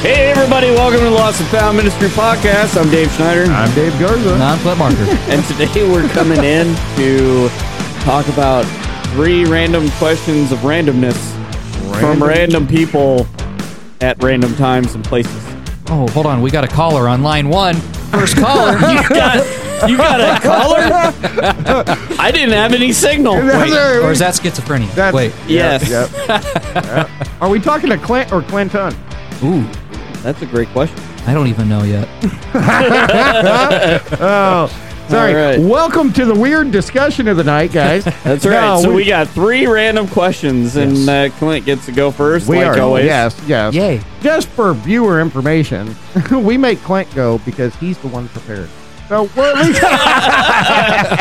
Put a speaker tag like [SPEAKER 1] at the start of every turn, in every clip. [SPEAKER 1] Hey, everybody, welcome to the Lost and Found Ministry Podcast. I'm Dave Schneider,
[SPEAKER 2] I'm Dave Garza.
[SPEAKER 3] Non flip marker.
[SPEAKER 1] and today we're coming in to talk about three random questions of randomness from random people at random times and places.
[SPEAKER 3] Oh, hold on. We got a caller on line one. First caller.
[SPEAKER 1] You got, you got a caller? I didn't have any signal.
[SPEAKER 3] or is that schizophrenia?
[SPEAKER 2] That's-
[SPEAKER 3] Wait.
[SPEAKER 1] Yes.
[SPEAKER 2] Yep, yep. Yeah. Are we talking to Clint or Clinton?
[SPEAKER 3] Ooh,
[SPEAKER 1] That's a great question.
[SPEAKER 3] I don't even know yet.
[SPEAKER 2] Oh, sorry.
[SPEAKER 1] All right.
[SPEAKER 2] Welcome to the weird discussion of the night, guys.
[SPEAKER 1] That's right. so we, got three random questions, and uh, Clint gets to go first,
[SPEAKER 2] we
[SPEAKER 1] like
[SPEAKER 2] are
[SPEAKER 1] always.
[SPEAKER 2] yes, yes.
[SPEAKER 3] Yay.
[SPEAKER 2] Just for viewer information, we make Clint go because he's the one prepared. So well, at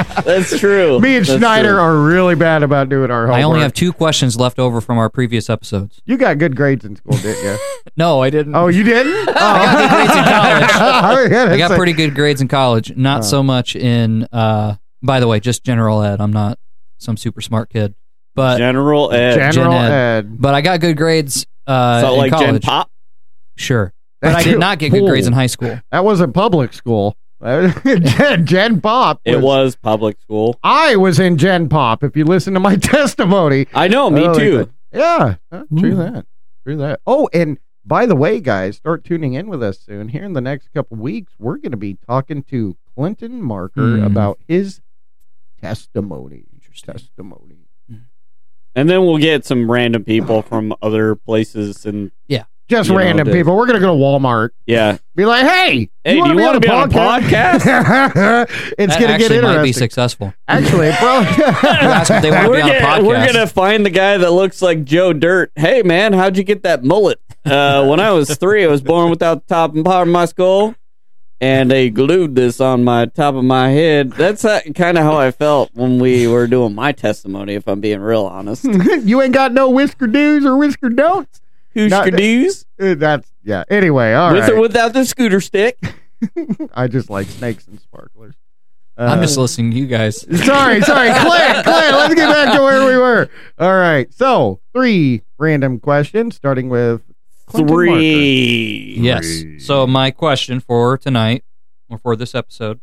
[SPEAKER 2] least
[SPEAKER 1] That's true.
[SPEAKER 2] me and
[SPEAKER 1] That's
[SPEAKER 2] Schneider
[SPEAKER 1] true.
[SPEAKER 2] are really bad about doing our homework.
[SPEAKER 3] I only have two questions left over from our previous episodes.
[SPEAKER 2] You got good grades in school, didn't you?
[SPEAKER 3] No, I didn't.
[SPEAKER 2] Oh, you didn't? Oh,
[SPEAKER 3] grades in college.
[SPEAKER 2] I
[SPEAKER 3] I got pretty good grades in college.
[SPEAKER 2] Oh.
[SPEAKER 3] Not so much in, uh, by the way, just general ed. I'm not some super smart kid. But
[SPEAKER 1] General Ed.
[SPEAKER 2] General
[SPEAKER 3] uh, Gen Ed.
[SPEAKER 2] Ed.
[SPEAKER 3] but I got good grades uh,
[SPEAKER 1] so
[SPEAKER 3] in
[SPEAKER 1] like Gen
[SPEAKER 3] college.
[SPEAKER 1] Pop?
[SPEAKER 3] Sure. But I did not get good grades in high school.
[SPEAKER 2] That wasn't public school. Gen, Gen Pop.
[SPEAKER 1] It was public school.
[SPEAKER 2] I was in Gen Pop. If you listen to my testimony.
[SPEAKER 1] I know, me
[SPEAKER 2] Oh,
[SPEAKER 1] too. Hmm.
[SPEAKER 2] Yeah. huh, True
[SPEAKER 3] Ooh.
[SPEAKER 2] that. True that. Oh, and by the way, guys, start tuning in with us soon. Here in the next couple weeks, we're going to be talking to Clinton Marker
[SPEAKER 1] Hmm.
[SPEAKER 3] Mhm.
[SPEAKER 2] about his testimony. Testimony.
[SPEAKER 1] And then we'll get some random people from other places, and
[SPEAKER 2] Just
[SPEAKER 1] You know,
[SPEAKER 2] random
[SPEAKER 1] the-
[SPEAKER 2] people. We're going to go to Walmart.
[SPEAKER 1] yeah,
[SPEAKER 2] Be like, hey,
[SPEAKER 1] Hey, do
[SPEAKER 2] wanna
[SPEAKER 1] you wanna be on a
[SPEAKER 2] it's
[SPEAKER 3] that
[SPEAKER 2] going to get
[SPEAKER 3] actually might be
[SPEAKER 2] interesting.
[SPEAKER 3] successful.
[SPEAKER 2] Actually, it
[SPEAKER 3] That's what they
[SPEAKER 1] we're
[SPEAKER 2] probably.
[SPEAKER 3] want to be on
[SPEAKER 1] gonna,
[SPEAKER 3] a podcast.
[SPEAKER 1] we're gonna find the guy that looks like Joe Dirt. Hey man, how'd you get that mullet? Uh, when I was three, I was born without the top and bottom of my skull, and they glued this on my top of my head. That's kind of how I felt when we were doing my testimony. If I'm being real honest,
[SPEAKER 2] you ain't got no whisker do's or whisker don'ts.
[SPEAKER 1] who's
[SPEAKER 2] Not-
[SPEAKER 1] your dues?
[SPEAKER 2] Uh, That's yeah. Anyway, all
[SPEAKER 1] with
[SPEAKER 2] right.
[SPEAKER 1] or without the scooter stick?
[SPEAKER 2] I just like snakes and sparklers.
[SPEAKER 3] I'm
[SPEAKER 2] Uh,
[SPEAKER 3] just listening to you guys.
[SPEAKER 2] sorry, sorry, Clint, Clint. Let's get back to where we were. All right. So three random questions, starting with Clinton Marker.
[SPEAKER 1] Three.
[SPEAKER 3] Yes. So my question for tonight or for this episode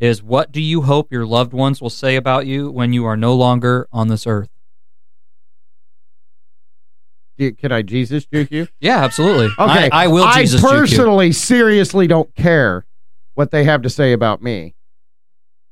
[SPEAKER 3] is what do you hope your loved ones will say about you when you are no longer on this earth?
[SPEAKER 2] Do- Can I Jesus juke you?
[SPEAKER 3] Yeah, absolutely.
[SPEAKER 2] Okay.
[SPEAKER 3] I, I will
[SPEAKER 2] I
[SPEAKER 3] Jesus juke
[SPEAKER 2] personally, seriously don't care what they have to say about me.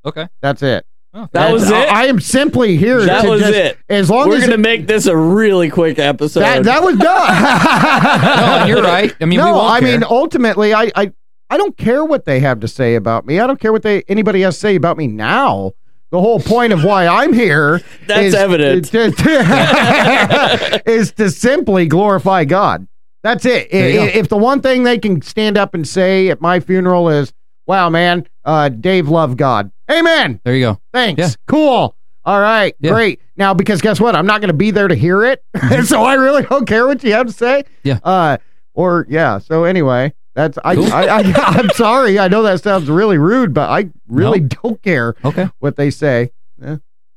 [SPEAKER 3] you. Okay.
[SPEAKER 2] That's it.
[SPEAKER 3] Oh,
[SPEAKER 1] That
[SPEAKER 2] That's-
[SPEAKER 1] was it?
[SPEAKER 2] I, I am simply here.
[SPEAKER 1] That
[SPEAKER 2] to
[SPEAKER 1] was
[SPEAKER 2] just-
[SPEAKER 1] it.
[SPEAKER 2] As long
[SPEAKER 1] We're
[SPEAKER 2] as
[SPEAKER 1] gonna make this a really quick episode.
[SPEAKER 2] that, that was done.
[SPEAKER 3] no, you're right. I mean, we
[SPEAKER 2] no,
[SPEAKER 3] won't
[SPEAKER 2] I
[SPEAKER 3] care.
[SPEAKER 2] mean ultimately, I, I I don't care what they have to say about me. I don't care what they anybody has to say about me now. The whole point of why I'm here
[SPEAKER 1] That's
[SPEAKER 2] is-
[SPEAKER 1] evident.
[SPEAKER 2] is to, is to simply glorify God. That's it. I-
[SPEAKER 3] There you
[SPEAKER 2] i-
[SPEAKER 3] go.
[SPEAKER 2] If the one thing they can stand up and say at my funeral is, "Wow, man, uh, Dave loved God." Amen.
[SPEAKER 3] there you go.
[SPEAKER 2] Thanks.
[SPEAKER 3] Yeah.
[SPEAKER 2] Cool. All right.
[SPEAKER 3] Yeah. Mm-hmm.
[SPEAKER 2] Great. Now, because guess what? I'm not going to be there to hear it. so I really don't care what you have to say.
[SPEAKER 3] Yeah.
[SPEAKER 2] Uh, or yeah. So anyway, that's I,
[SPEAKER 3] Cool.
[SPEAKER 2] I, I, I'm sorry. I know that sounds really rude, but I really don't care
[SPEAKER 3] Okay.
[SPEAKER 2] what they say.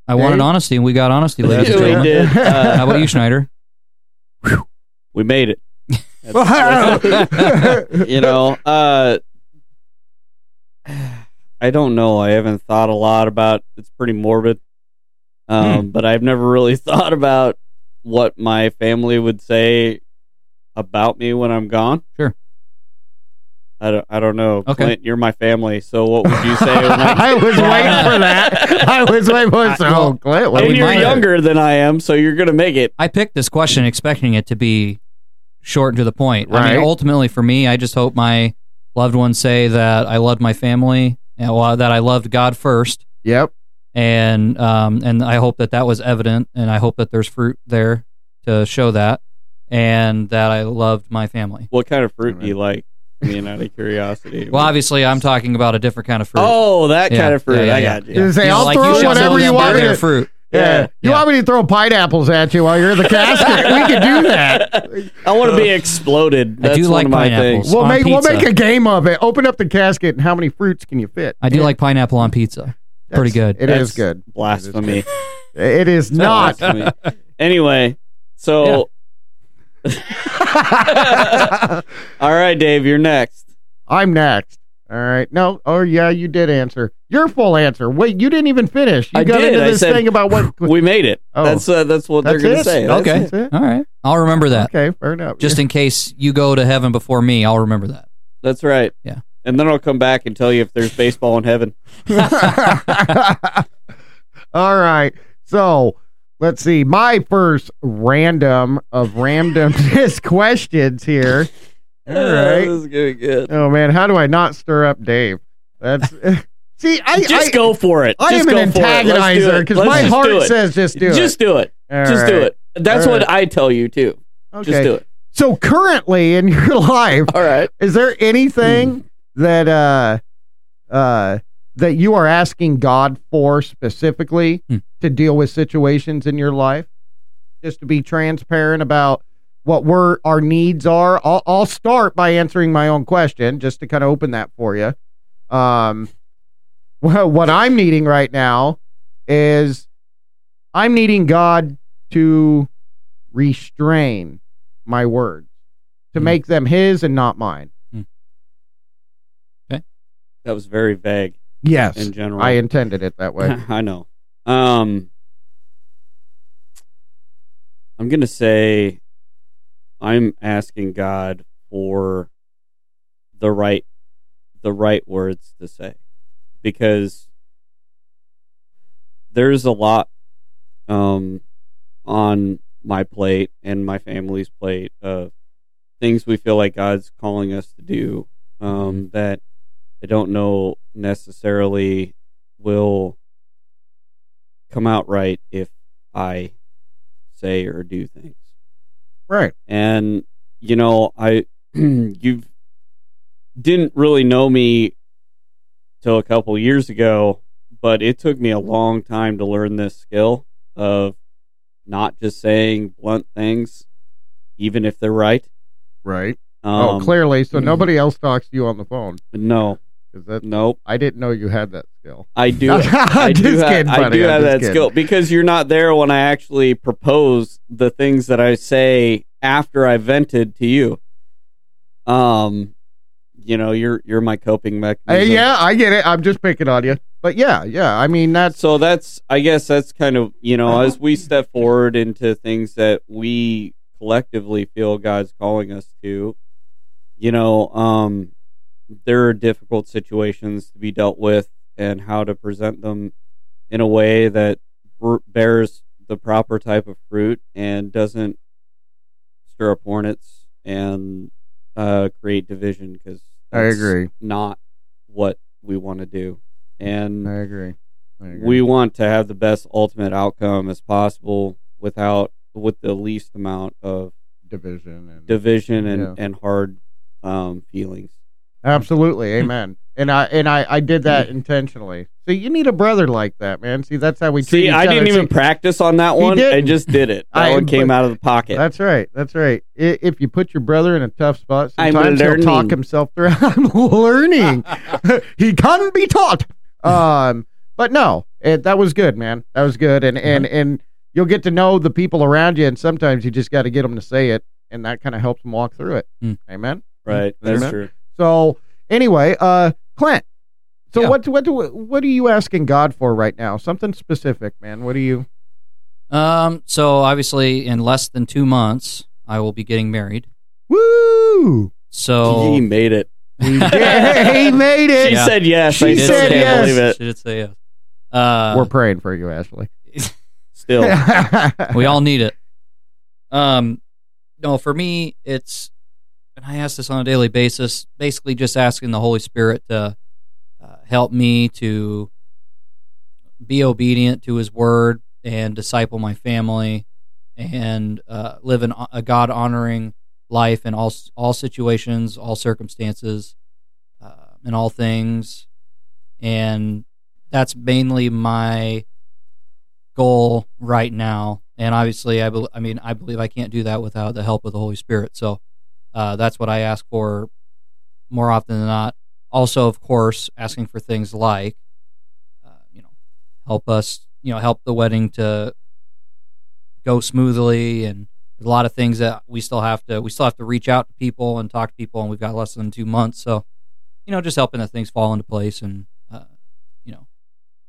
[SPEAKER 3] I wanted honesty, and we got honesty, ladies and
[SPEAKER 1] we
[SPEAKER 3] gentlemen.
[SPEAKER 1] did. Uh,
[SPEAKER 3] How about you, Schneider?
[SPEAKER 1] we made it. That's-
[SPEAKER 2] Wow.
[SPEAKER 1] you know, uh, I don't know. I haven't thought a lot about. It's pretty morbid, um,
[SPEAKER 2] Hmm.
[SPEAKER 1] but I've never really thought about what my family would say about me when I'm gone.
[SPEAKER 3] Sure.
[SPEAKER 1] I don't. I don't know.
[SPEAKER 3] Okay.
[SPEAKER 1] Clint, you're my family. So what would you say? when I-
[SPEAKER 2] I was waiting for that. I was waiting for
[SPEAKER 3] I-
[SPEAKER 2] that.
[SPEAKER 3] well,
[SPEAKER 2] Oh, Clint, what do
[SPEAKER 3] I
[SPEAKER 1] and
[SPEAKER 3] mean,
[SPEAKER 2] you
[SPEAKER 1] you're
[SPEAKER 3] might-
[SPEAKER 2] think?
[SPEAKER 1] younger than I am, so you're gonna make it.
[SPEAKER 3] I picked this question expecting it to be short and to the point. I
[SPEAKER 2] Right.
[SPEAKER 3] mean, ultimately for me, I just hope my loved ones say that I loved my family and well, that I loved God first,
[SPEAKER 2] Yep.
[SPEAKER 3] and um, and I hope that that was evident, and I hope that there's fruit there to show that, and that I loved my family.
[SPEAKER 1] What kind of fruit do you like? I mean, out of curiosity.
[SPEAKER 3] Well, obviously, I'm talking about a different kind of fruit.
[SPEAKER 1] Oh, that
[SPEAKER 3] Yeah,
[SPEAKER 1] kind of fruit.
[SPEAKER 3] yeah, yeah,
[SPEAKER 1] I
[SPEAKER 3] yeah.
[SPEAKER 1] got you.
[SPEAKER 2] You say, I'll
[SPEAKER 3] you
[SPEAKER 2] throw
[SPEAKER 3] should
[SPEAKER 2] whatever
[SPEAKER 3] tell
[SPEAKER 2] you
[SPEAKER 3] them
[SPEAKER 2] want
[SPEAKER 3] they're
[SPEAKER 2] me to-
[SPEAKER 3] their fruit.
[SPEAKER 2] Yeah. You
[SPEAKER 3] Yeah.
[SPEAKER 2] want me to throw pineapples at you while you're in the casket? we can do that.
[SPEAKER 1] I want to be exploded.
[SPEAKER 3] I
[SPEAKER 1] That's
[SPEAKER 3] do
[SPEAKER 1] one
[SPEAKER 3] like
[SPEAKER 1] of my
[SPEAKER 3] pineapples.
[SPEAKER 1] things.
[SPEAKER 2] We'll
[SPEAKER 3] on
[SPEAKER 2] make we'll
[SPEAKER 3] pizza.
[SPEAKER 2] make a game of it. Open up the casket and how many fruits can you fit?
[SPEAKER 3] I do like pineapple on pizza.
[SPEAKER 2] That's-
[SPEAKER 3] pretty good.
[SPEAKER 2] It
[SPEAKER 1] That's
[SPEAKER 2] is good.
[SPEAKER 1] Blasphemy.
[SPEAKER 2] It is not.
[SPEAKER 1] Blasphemy. Anyway, so All right, Dave, you're next.
[SPEAKER 2] I'm next. All right. No. Oh yeah, you did answer. Your full answer. Wait, you didn't even finish. You
[SPEAKER 1] I
[SPEAKER 2] got
[SPEAKER 1] did.
[SPEAKER 2] into
[SPEAKER 1] I
[SPEAKER 2] this
[SPEAKER 1] said-
[SPEAKER 2] thing about what.
[SPEAKER 1] We made it.
[SPEAKER 2] Oh.
[SPEAKER 1] That's uh, that's what
[SPEAKER 2] That's
[SPEAKER 1] they're gonna
[SPEAKER 2] it?
[SPEAKER 1] say. That's-
[SPEAKER 3] Okay.
[SPEAKER 2] That's it.
[SPEAKER 3] All right. I'll remember that.
[SPEAKER 2] Okay, fair enough.
[SPEAKER 3] Just in case you go to heaven before me, I'll remember that.
[SPEAKER 1] That's right.
[SPEAKER 3] Yeah.
[SPEAKER 1] And then I'll come back and tell you if there's baseball in heaven.
[SPEAKER 2] All right. So let's see. My first random of randomness questions here. All
[SPEAKER 1] this
[SPEAKER 2] right.
[SPEAKER 1] is gonna be good.
[SPEAKER 2] Oh man, how do I not stir up Dave? That's see, I
[SPEAKER 1] Just
[SPEAKER 2] I,
[SPEAKER 1] go for it.
[SPEAKER 2] I
[SPEAKER 1] Just
[SPEAKER 2] am an
[SPEAKER 1] go for it. Let's do
[SPEAKER 2] antagonizer
[SPEAKER 1] it.
[SPEAKER 2] because
[SPEAKER 1] Let's
[SPEAKER 2] my
[SPEAKER 1] just
[SPEAKER 2] heart
[SPEAKER 1] do it.
[SPEAKER 2] says just do
[SPEAKER 1] just
[SPEAKER 2] it.
[SPEAKER 1] do it.
[SPEAKER 2] All
[SPEAKER 1] just do
[SPEAKER 2] right.
[SPEAKER 1] it. That's
[SPEAKER 2] All
[SPEAKER 1] what I tell you too.
[SPEAKER 2] Okay.
[SPEAKER 1] Just do it.
[SPEAKER 2] So currently in your life,
[SPEAKER 1] All right.
[SPEAKER 2] is there anything
[SPEAKER 3] Mm.
[SPEAKER 2] that uh uh that you are asking God for specifically
[SPEAKER 3] Hmm.
[SPEAKER 2] to deal with situations in your life? Just to be transparent about what we're our needs are. I'll, I'll start by answering my own question just to kind of open that for you. Um, well, what I'm needing right now is I'm needing God to restrain my words to
[SPEAKER 3] Hmm.
[SPEAKER 2] make them His and not mine.
[SPEAKER 1] That was very vague
[SPEAKER 2] Yes,
[SPEAKER 1] in general.
[SPEAKER 2] I intended it that way.
[SPEAKER 1] I know. Um, I'm gonna say I'm asking God for the right the right words to say because there's a lot um on my plate and my family's plate of things we feel like God's calling us to do um that I don't know necessarily will come out right if I say or do things.
[SPEAKER 2] right.
[SPEAKER 1] And you know, I you didn't really know me till a couple years ago, but it took me a long time to learn this skill of not just saying blunt things even if they're right.
[SPEAKER 2] Right. oh,
[SPEAKER 1] Um,
[SPEAKER 2] clearly. So
[SPEAKER 3] mhm.
[SPEAKER 2] nobody else talks to you on the phone
[SPEAKER 1] No,
[SPEAKER 2] because that
[SPEAKER 1] nope.
[SPEAKER 2] I didn't know you had that skill.
[SPEAKER 1] I do I do,
[SPEAKER 2] Just
[SPEAKER 1] have,
[SPEAKER 2] kidding,
[SPEAKER 1] I
[SPEAKER 2] buddy,
[SPEAKER 1] do
[SPEAKER 2] I'm
[SPEAKER 1] have
[SPEAKER 2] just
[SPEAKER 1] that
[SPEAKER 2] kidding.
[SPEAKER 1] skill because you're not there when I actually propose the things that I say after I vented to you. Um, you know, you're you're my coping
[SPEAKER 2] Uh,
[SPEAKER 1] mechanism.
[SPEAKER 2] yeah, I get it. I'm just picking on you. But yeah, yeah. I mean, that's
[SPEAKER 1] So that's I guess that's kind of you know as
[SPEAKER 2] Uh-huh.
[SPEAKER 1] we step forward into things that we collectively feel God's calling us to, you know, um, there are difficult situations to be dealt with and how to present them in a way that br- bears the proper type of fruit and doesn't stir up hornets and uh, create division because
[SPEAKER 2] I agree.
[SPEAKER 1] not what we want to do and
[SPEAKER 2] I agree. I agree.
[SPEAKER 1] we want to have the best ultimate outcome as possible without with the least amount of
[SPEAKER 2] division and
[SPEAKER 1] division and,
[SPEAKER 2] Yeah.
[SPEAKER 1] and hard um, feelings.
[SPEAKER 2] absolutely,
[SPEAKER 1] hmm.
[SPEAKER 2] amen. And I and I I did that intentionally. See, you need a brother like that, man. See, that's how we treat
[SPEAKER 1] See,
[SPEAKER 2] each
[SPEAKER 1] I
[SPEAKER 2] other.
[SPEAKER 1] didn't
[SPEAKER 2] See,
[SPEAKER 1] even practice on that
[SPEAKER 2] He
[SPEAKER 1] one. I
[SPEAKER 2] didn't.
[SPEAKER 1] just did it. That
[SPEAKER 2] I-
[SPEAKER 1] one came
[SPEAKER 2] but-
[SPEAKER 1] out of the pocket.
[SPEAKER 2] That's right. That's right. I- If you put your brother in a tough spot,
[SPEAKER 1] I'm
[SPEAKER 2] sometimes he'll talk
[SPEAKER 1] learning.
[SPEAKER 2] himself through. I'm learning. he can be taught. Um, but no, it, that was good, man. That was good, and and
[SPEAKER 1] Mm-hmm.
[SPEAKER 2] and you'll get to know the people around you, and sometimes you just got to get them to say it, and that kind of helps them walk through it.
[SPEAKER 1] Mm.
[SPEAKER 3] Hmm.
[SPEAKER 2] Amen.
[SPEAKER 1] right. That's
[SPEAKER 2] Amen.
[SPEAKER 1] true.
[SPEAKER 2] So anyway, uh, Clint. So
[SPEAKER 3] Yeah.
[SPEAKER 2] what what do, what are you asking God for right now? Something specific, man. What are you?
[SPEAKER 3] Um, so obviously, in less than two months, I will be getting married.
[SPEAKER 2] Woo!
[SPEAKER 1] He
[SPEAKER 3] So
[SPEAKER 1] made it.
[SPEAKER 2] Yeah, he made it.
[SPEAKER 1] She
[SPEAKER 3] Yeah.
[SPEAKER 1] said yes.
[SPEAKER 2] She
[SPEAKER 1] I
[SPEAKER 3] She
[SPEAKER 1] still
[SPEAKER 2] said
[SPEAKER 3] did
[SPEAKER 1] can't
[SPEAKER 3] say
[SPEAKER 2] yes.
[SPEAKER 1] believe it.
[SPEAKER 3] She did say yes. Uh,
[SPEAKER 2] We're praying for you, Ashley.
[SPEAKER 1] Still.
[SPEAKER 3] we all need it. Um, no, for me, it's, and I ask this on a daily basis, basically just asking the Holy Spirit to uh, help me to be obedient to His Word and disciple my family and uh, live an, a God honoring life in all all situations, all circumstances, uh, in all things, and that's mainly my goal right now. And obviously, I, bel I mean, I believe I can't do that without the help of the Holy Spirit. So uh, that's what I ask for more often than not. Also, of course, asking for things like, uh, you know, help us, you know, help the wedding to go smoothly and There's a lot of things that we still have to we still have to reach out to people and talk to people, and we've got less than two months. So, you know, just helping that things fall into place and uh, you know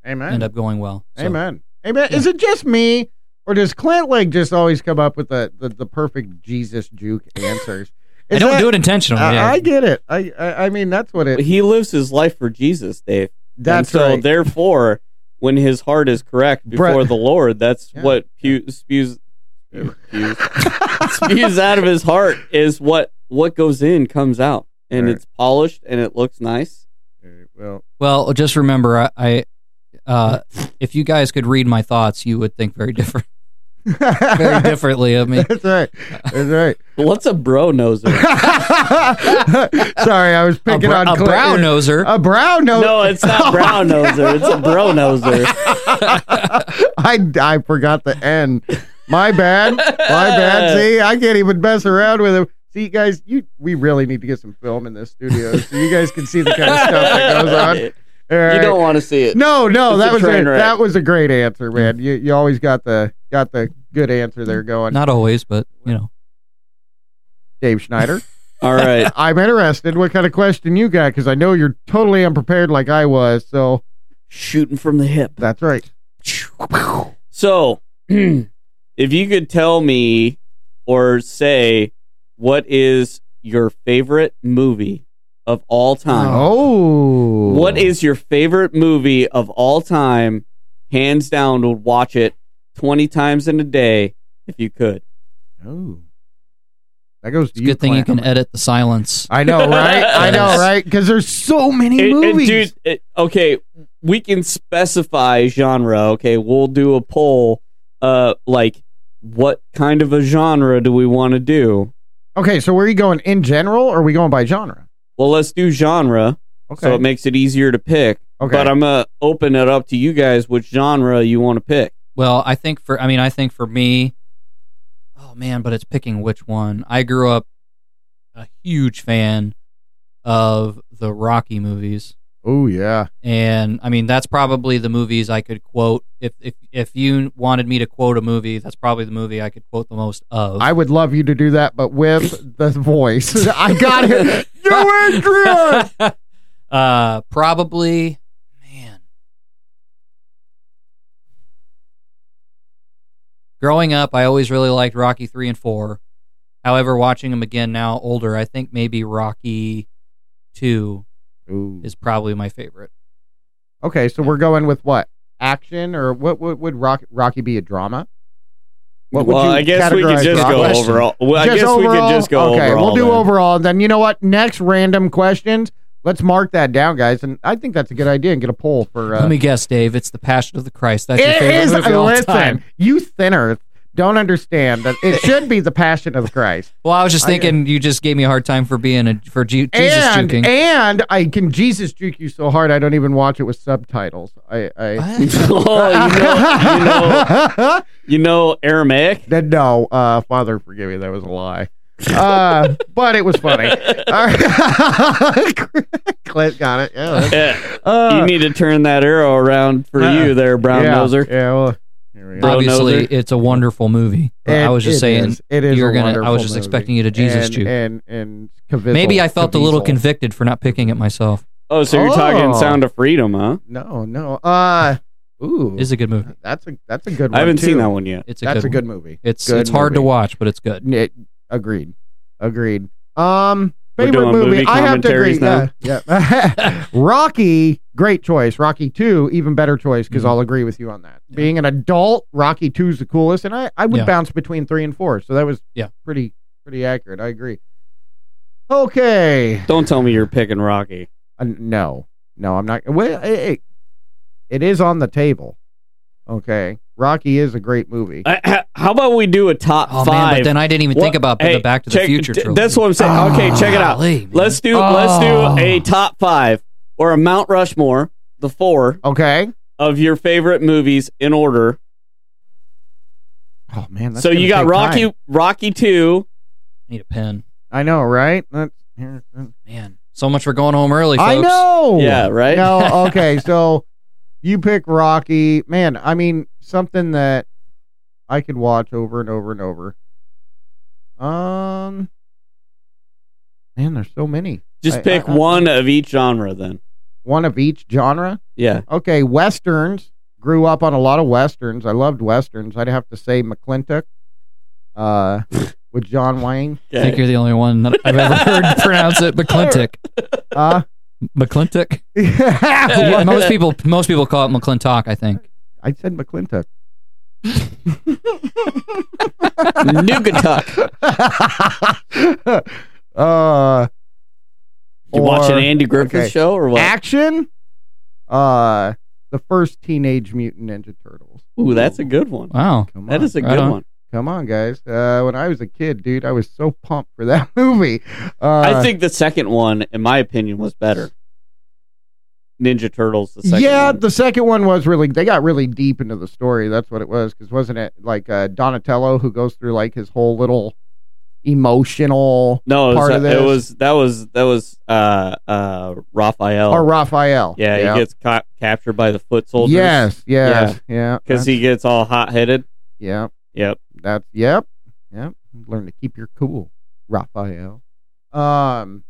[SPEAKER 2] Amen.
[SPEAKER 3] end up going well. So,
[SPEAKER 2] Amen. Amen.
[SPEAKER 3] Yeah.
[SPEAKER 2] Is it just me, or does Clint like just always come up with the the, the perfect Jesus juke answers?
[SPEAKER 3] I
[SPEAKER 2] Is
[SPEAKER 3] don't
[SPEAKER 2] that-
[SPEAKER 3] do it intentionally.
[SPEAKER 2] I,
[SPEAKER 3] yeah.
[SPEAKER 2] I get it. I, I I mean that's what it.
[SPEAKER 1] He lives his life for Jesus, Dave.
[SPEAKER 2] That's
[SPEAKER 1] and so
[SPEAKER 2] right.
[SPEAKER 1] therefore, when his heart is correct before
[SPEAKER 2] Brett-
[SPEAKER 1] the Lord, that's
[SPEAKER 2] Yeah.
[SPEAKER 1] what pu- spews spews, spews out of his heart is what what goes in comes out, and
[SPEAKER 2] Right.
[SPEAKER 1] it's polished and it looks nice.
[SPEAKER 2] Alright, Well,
[SPEAKER 3] Well, just remember, I, I uh, if you guys could read my thoughts, you would think very different, very differently of me.
[SPEAKER 2] That's right. That's right.
[SPEAKER 1] What's a bro noser?
[SPEAKER 2] Sorry, I was
[SPEAKER 3] A,
[SPEAKER 2] picking
[SPEAKER 3] br-
[SPEAKER 2] on Oh.
[SPEAKER 3] a
[SPEAKER 2] Clint.
[SPEAKER 3] brown noser.
[SPEAKER 2] A brown nose.
[SPEAKER 1] no, it's not brow noser. It's a bro noser.
[SPEAKER 2] I, I forgot the N. My bad. My bad. See, I can't even mess around with him. See, you guys, you we really need to get some film in this studio so you guys can see the kind of stuff that goes on. All
[SPEAKER 1] You
[SPEAKER 2] right.
[SPEAKER 1] don't want to see it.
[SPEAKER 2] no, no,
[SPEAKER 1] It's
[SPEAKER 2] that
[SPEAKER 1] a
[SPEAKER 2] was a,
[SPEAKER 1] train wreck.
[SPEAKER 2] that was a great answer, man. You you always got the got the good answer there going.
[SPEAKER 3] Not always, but you know.
[SPEAKER 2] Dave Schneider.
[SPEAKER 1] All right.
[SPEAKER 2] I'm interested. What kind of question you got? Because I know you're totally unprepared, like I was. So
[SPEAKER 1] Shooting from the hip.
[SPEAKER 2] that's right.
[SPEAKER 1] So, if you could tell me or say what is your favorite movie of all time?
[SPEAKER 2] Oh,
[SPEAKER 1] Uh, What is your favorite movie of all time? Hands down, would watch it 20 times in a day if you could.
[SPEAKER 2] Oh, that goes to
[SPEAKER 3] It's a
[SPEAKER 2] you.
[SPEAKER 3] good thing you
[SPEAKER 2] Clam.
[SPEAKER 3] can edit the silence.
[SPEAKER 2] I know, right? I know, right? Because there's so many
[SPEAKER 1] It- it-
[SPEAKER 2] movies.
[SPEAKER 1] dude, it- okay, we can specify genre. Okay, we'll do a poll. Uh, like, what kind of a genre do we want to do?
[SPEAKER 2] okay, so where are you going in general, or are we going by genre?
[SPEAKER 1] Well, let's do genre,
[SPEAKER 2] Okay,
[SPEAKER 1] so it makes it easier to pick.
[SPEAKER 2] okay.
[SPEAKER 1] But I'm gonna open it up to you guys which genre you want to pick.
[SPEAKER 3] Well, I think for I mean, I think for me, oh man, but it's picking which one. I grew up a huge fan of the Rocky movies.
[SPEAKER 1] uh,
[SPEAKER 2] oh yeah,
[SPEAKER 3] and I mean that's probably the movies I could quote. If if if you wanted me to quote a movie, that's probably the movie I could quote the most of.
[SPEAKER 2] I would love you to do that, but with the voice. I got it. Do it, Drew.
[SPEAKER 3] uh, probably, man. Growing up, I always really liked Rocky three and four. However, watching them again now, older, I think maybe Rocky two
[SPEAKER 2] Ooh.
[SPEAKER 3] is probably my favorite.
[SPEAKER 2] Okay, so we're going with what action, or what, what would Rock, Rocky be a drama? What would
[SPEAKER 1] well,
[SPEAKER 2] you
[SPEAKER 1] I guess we
[SPEAKER 2] categorize
[SPEAKER 1] could just
[SPEAKER 2] Rocky?
[SPEAKER 1] go
[SPEAKER 3] Question.
[SPEAKER 1] overall. Well, I
[SPEAKER 2] Just
[SPEAKER 1] guess we could
[SPEAKER 2] overall?
[SPEAKER 1] just go
[SPEAKER 2] okay,
[SPEAKER 1] overall.
[SPEAKER 2] we'll do
[SPEAKER 1] then.
[SPEAKER 2] overall. Then you know what? Next random questions. Let's mark that down, guys. And I think that's a good idea and get a poll for. Uh,
[SPEAKER 3] Let me guess, Dave. It's the Passion of the Christ. That's your
[SPEAKER 2] it
[SPEAKER 3] favorite
[SPEAKER 2] is.
[SPEAKER 3] movie of all
[SPEAKER 2] Listen,
[SPEAKER 3] time.
[SPEAKER 2] you thinner don't understand that it should be the Passion of the Christ.
[SPEAKER 3] Well, I was just
[SPEAKER 2] I-
[SPEAKER 3] thinking you just gave me a hard time for being a for Ju- Jesus
[SPEAKER 2] and
[SPEAKER 3] juking.
[SPEAKER 2] and I can Jesus juke you so hard I don't even watch it with subtitles. I. I
[SPEAKER 1] oh, you know, you know, you know Aramaic.
[SPEAKER 2] Then no, uh, Father, forgive me, that was a lie. Uh, but it was funny. All right. Clint got it. Yeah.
[SPEAKER 1] Eh,
[SPEAKER 2] Uh,
[SPEAKER 1] you need to turn that arrow around for
[SPEAKER 2] Uh,
[SPEAKER 1] you there, brown
[SPEAKER 2] yeah,
[SPEAKER 1] noser.
[SPEAKER 2] Yeah. Well, here we go.
[SPEAKER 1] Bro noser.
[SPEAKER 3] Obviously, it's a wonderful movie. But I
[SPEAKER 2] It-
[SPEAKER 3] was just
[SPEAKER 2] it
[SPEAKER 3] saying
[SPEAKER 2] is- it is.
[SPEAKER 3] you were
[SPEAKER 2] a
[SPEAKER 3] gonna. I was
[SPEAKER 2] wonderful
[SPEAKER 3] just
[SPEAKER 2] movie.
[SPEAKER 3] expecting you to Jesus
[SPEAKER 2] and,
[SPEAKER 3] juke.
[SPEAKER 2] and and Caviezel-
[SPEAKER 3] Maybe I felt a little
[SPEAKER 2] Caviezel.
[SPEAKER 3] convicted for not picking it myself.
[SPEAKER 1] Oh, so you're
[SPEAKER 2] Oh.
[SPEAKER 1] talking Sound of Freedom, huh?
[SPEAKER 2] No, no. Uh, ooh,
[SPEAKER 3] It's a good movie.
[SPEAKER 2] that's a that's a good. one
[SPEAKER 1] I haven't
[SPEAKER 2] too.
[SPEAKER 1] seen that one yet.
[SPEAKER 3] It's a
[SPEAKER 2] That's
[SPEAKER 3] good.
[SPEAKER 2] a good
[SPEAKER 3] one.
[SPEAKER 2] movie.
[SPEAKER 3] It's
[SPEAKER 2] good
[SPEAKER 3] it's hard to
[SPEAKER 2] movie.
[SPEAKER 3] watch, but it's good.
[SPEAKER 2] It, agreed, agreed. Um,
[SPEAKER 1] We're
[SPEAKER 2] favorite
[SPEAKER 1] doing
[SPEAKER 2] movie.
[SPEAKER 1] movie
[SPEAKER 2] I have to agree.
[SPEAKER 1] commentaries now.
[SPEAKER 2] Yeah, yeah. Rocky, great choice. Rocky two, even better choice because
[SPEAKER 1] Mm-hmm.
[SPEAKER 3] Mhm.
[SPEAKER 2] I'll agree with you on that.
[SPEAKER 3] Yeah.
[SPEAKER 2] Being an adult, Rocky two is the coolest, and I I would
[SPEAKER 3] Yeah.
[SPEAKER 2] bounce between three and four. So that was
[SPEAKER 3] Yeah.
[SPEAKER 2] pretty pretty accurate. I agree. Okay.
[SPEAKER 1] Don't tell me you're picking Rocky.
[SPEAKER 2] Uh, no, no, I'm not. Well, it, it- it is on the table. Okay, Rocky is a great movie.
[SPEAKER 1] Uh, how about we do a top
[SPEAKER 3] Oh
[SPEAKER 1] five?
[SPEAKER 3] man! But then I didn't even
[SPEAKER 1] What-
[SPEAKER 3] think about
[SPEAKER 1] hey,
[SPEAKER 3] the Back to the
[SPEAKER 1] check-
[SPEAKER 3] Future
[SPEAKER 1] d-
[SPEAKER 3] trilogy.
[SPEAKER 1] That's what I'm saying. okay,
[SPEAKER 2] Ah.
[SPEAKER 1] check it out.
[SPEAKER 3] Golly, man.
[SPEAKER 1] Let's do let's
[SPEAKER 3] Oh.
[SPEAKER 1] do a top five or a Mount Rushmore, the four
[SPEAKER 2] Okay.
[SPEAKER 1] of your favorite movies in order.
[SPEAKER 2] Oh man, that's
[SPEAKER 1] so
[SPEAKER 2] gonna
[SPEAKER 1] you got
[SPEAKER 2] take
[SPEAKER 1] Rocky,
[SPEAKER 2] time.
[SPEAKER 1] Rocky two.
[SPEAKER 3] need a pen.
[SPEAKER 2] I know, right? That's, here, here.
[SPEAKER 3] Man, so much for going home early, folks.
[SPEAKER 2] I know.
[SPEAKER 1] Yeah, right.
[SPEAKER 2] No, okay. So you pick Rocky. Man, I mean, something that I could watch over and over and over. Um, man, there's so many.
[SPEAKER 1] Just
[SPEAKER 2] I-
[SPEAKER 1] pick
[SPEAKER 2] I- I-
[SPEAKER 1] one of each genre then.
[SPEAKER 2] One of each genre.
[SPEAKER 1] Yeah.
[SPEAKER 2] Okay, westerns. Grew up on a lot of westerns. I loved westerns. I'd have to say McClintock, uh, with John Wayne.
[SPEAKER 3] I think
[SPEAKER 1] Okay.
[SPEAKER 3] you're the only one that I've ever heard pronounce it McClintock.
[SPEAKER 2] Uh,
[SPEAKER 3] McClintock.
[SPEAKER 1] Yeah.
[SPEAKER 3] most people, most people call it McClintock. I think.
[SPEAKER 2] I said McClintock.
[SPEAKER 1] Nugatuck.
[SPEAKER 2] uh,
[SPEAKER 1] You watch an
[SPEAKER 2] or-
[SPEAKER 1] Andy Griffith
[SPEAKER 2] okay.
[SPEAKER 1] show or what?
[SPEAKER 2] action. Uh, the first Teenage Mutant Ninja Turtles.
[SPEAKER 1] Ooh, that's a good one.
[SPEAKER 3] Wow.
[SPEAKER 2] Come
[SPEAKER 1] That
[SPEAKER 2] on.
[SPEAKER 1] is a
[SPEAKER 3] Right
[SPEAKER 1] good
[SPEAKER 3] on.
[SPEAKER 1] one.
[SPEAKER 2] Come on, guys. Uh, when I was a kid, dude, I was so pumped for that movie. Uh,
[SPEAKER 1] I think the second one, in my opinion, was better. Ninja Turtles, the second
[SPEAKER 2] yeah,
[SPEAKER 1] one.
[SPEAKER 2] the second one was really. They got really deep into the story. That's what it was. Because wasn't it like uh, Donatello who goes through like his whole little emotional
[SPEAKER 1] no, it was, uh,
[SPEAKER 2] part of
[SPEAKER 1] it
[SPEAKER 2] this.
[SPEAKER 1] was that was that was uh uh Raphael.
[SPEAKER 2] or Raphael?
[SPEAKER 1] yeah, he gets ca- captured by the foot soldiers.
[SPEAKER 2] Yes, yes, yeah,
[SPEAKER 1] because
[SPEAKER 2] that's-
[SPEAKER 1] he gets all hot headed.
[SPEAKER 2] yeah,
[SPEAKER 1] Yep.
[SPEAKER 2] that's yep, yep. Learn to keep your cool, Raphael. Um,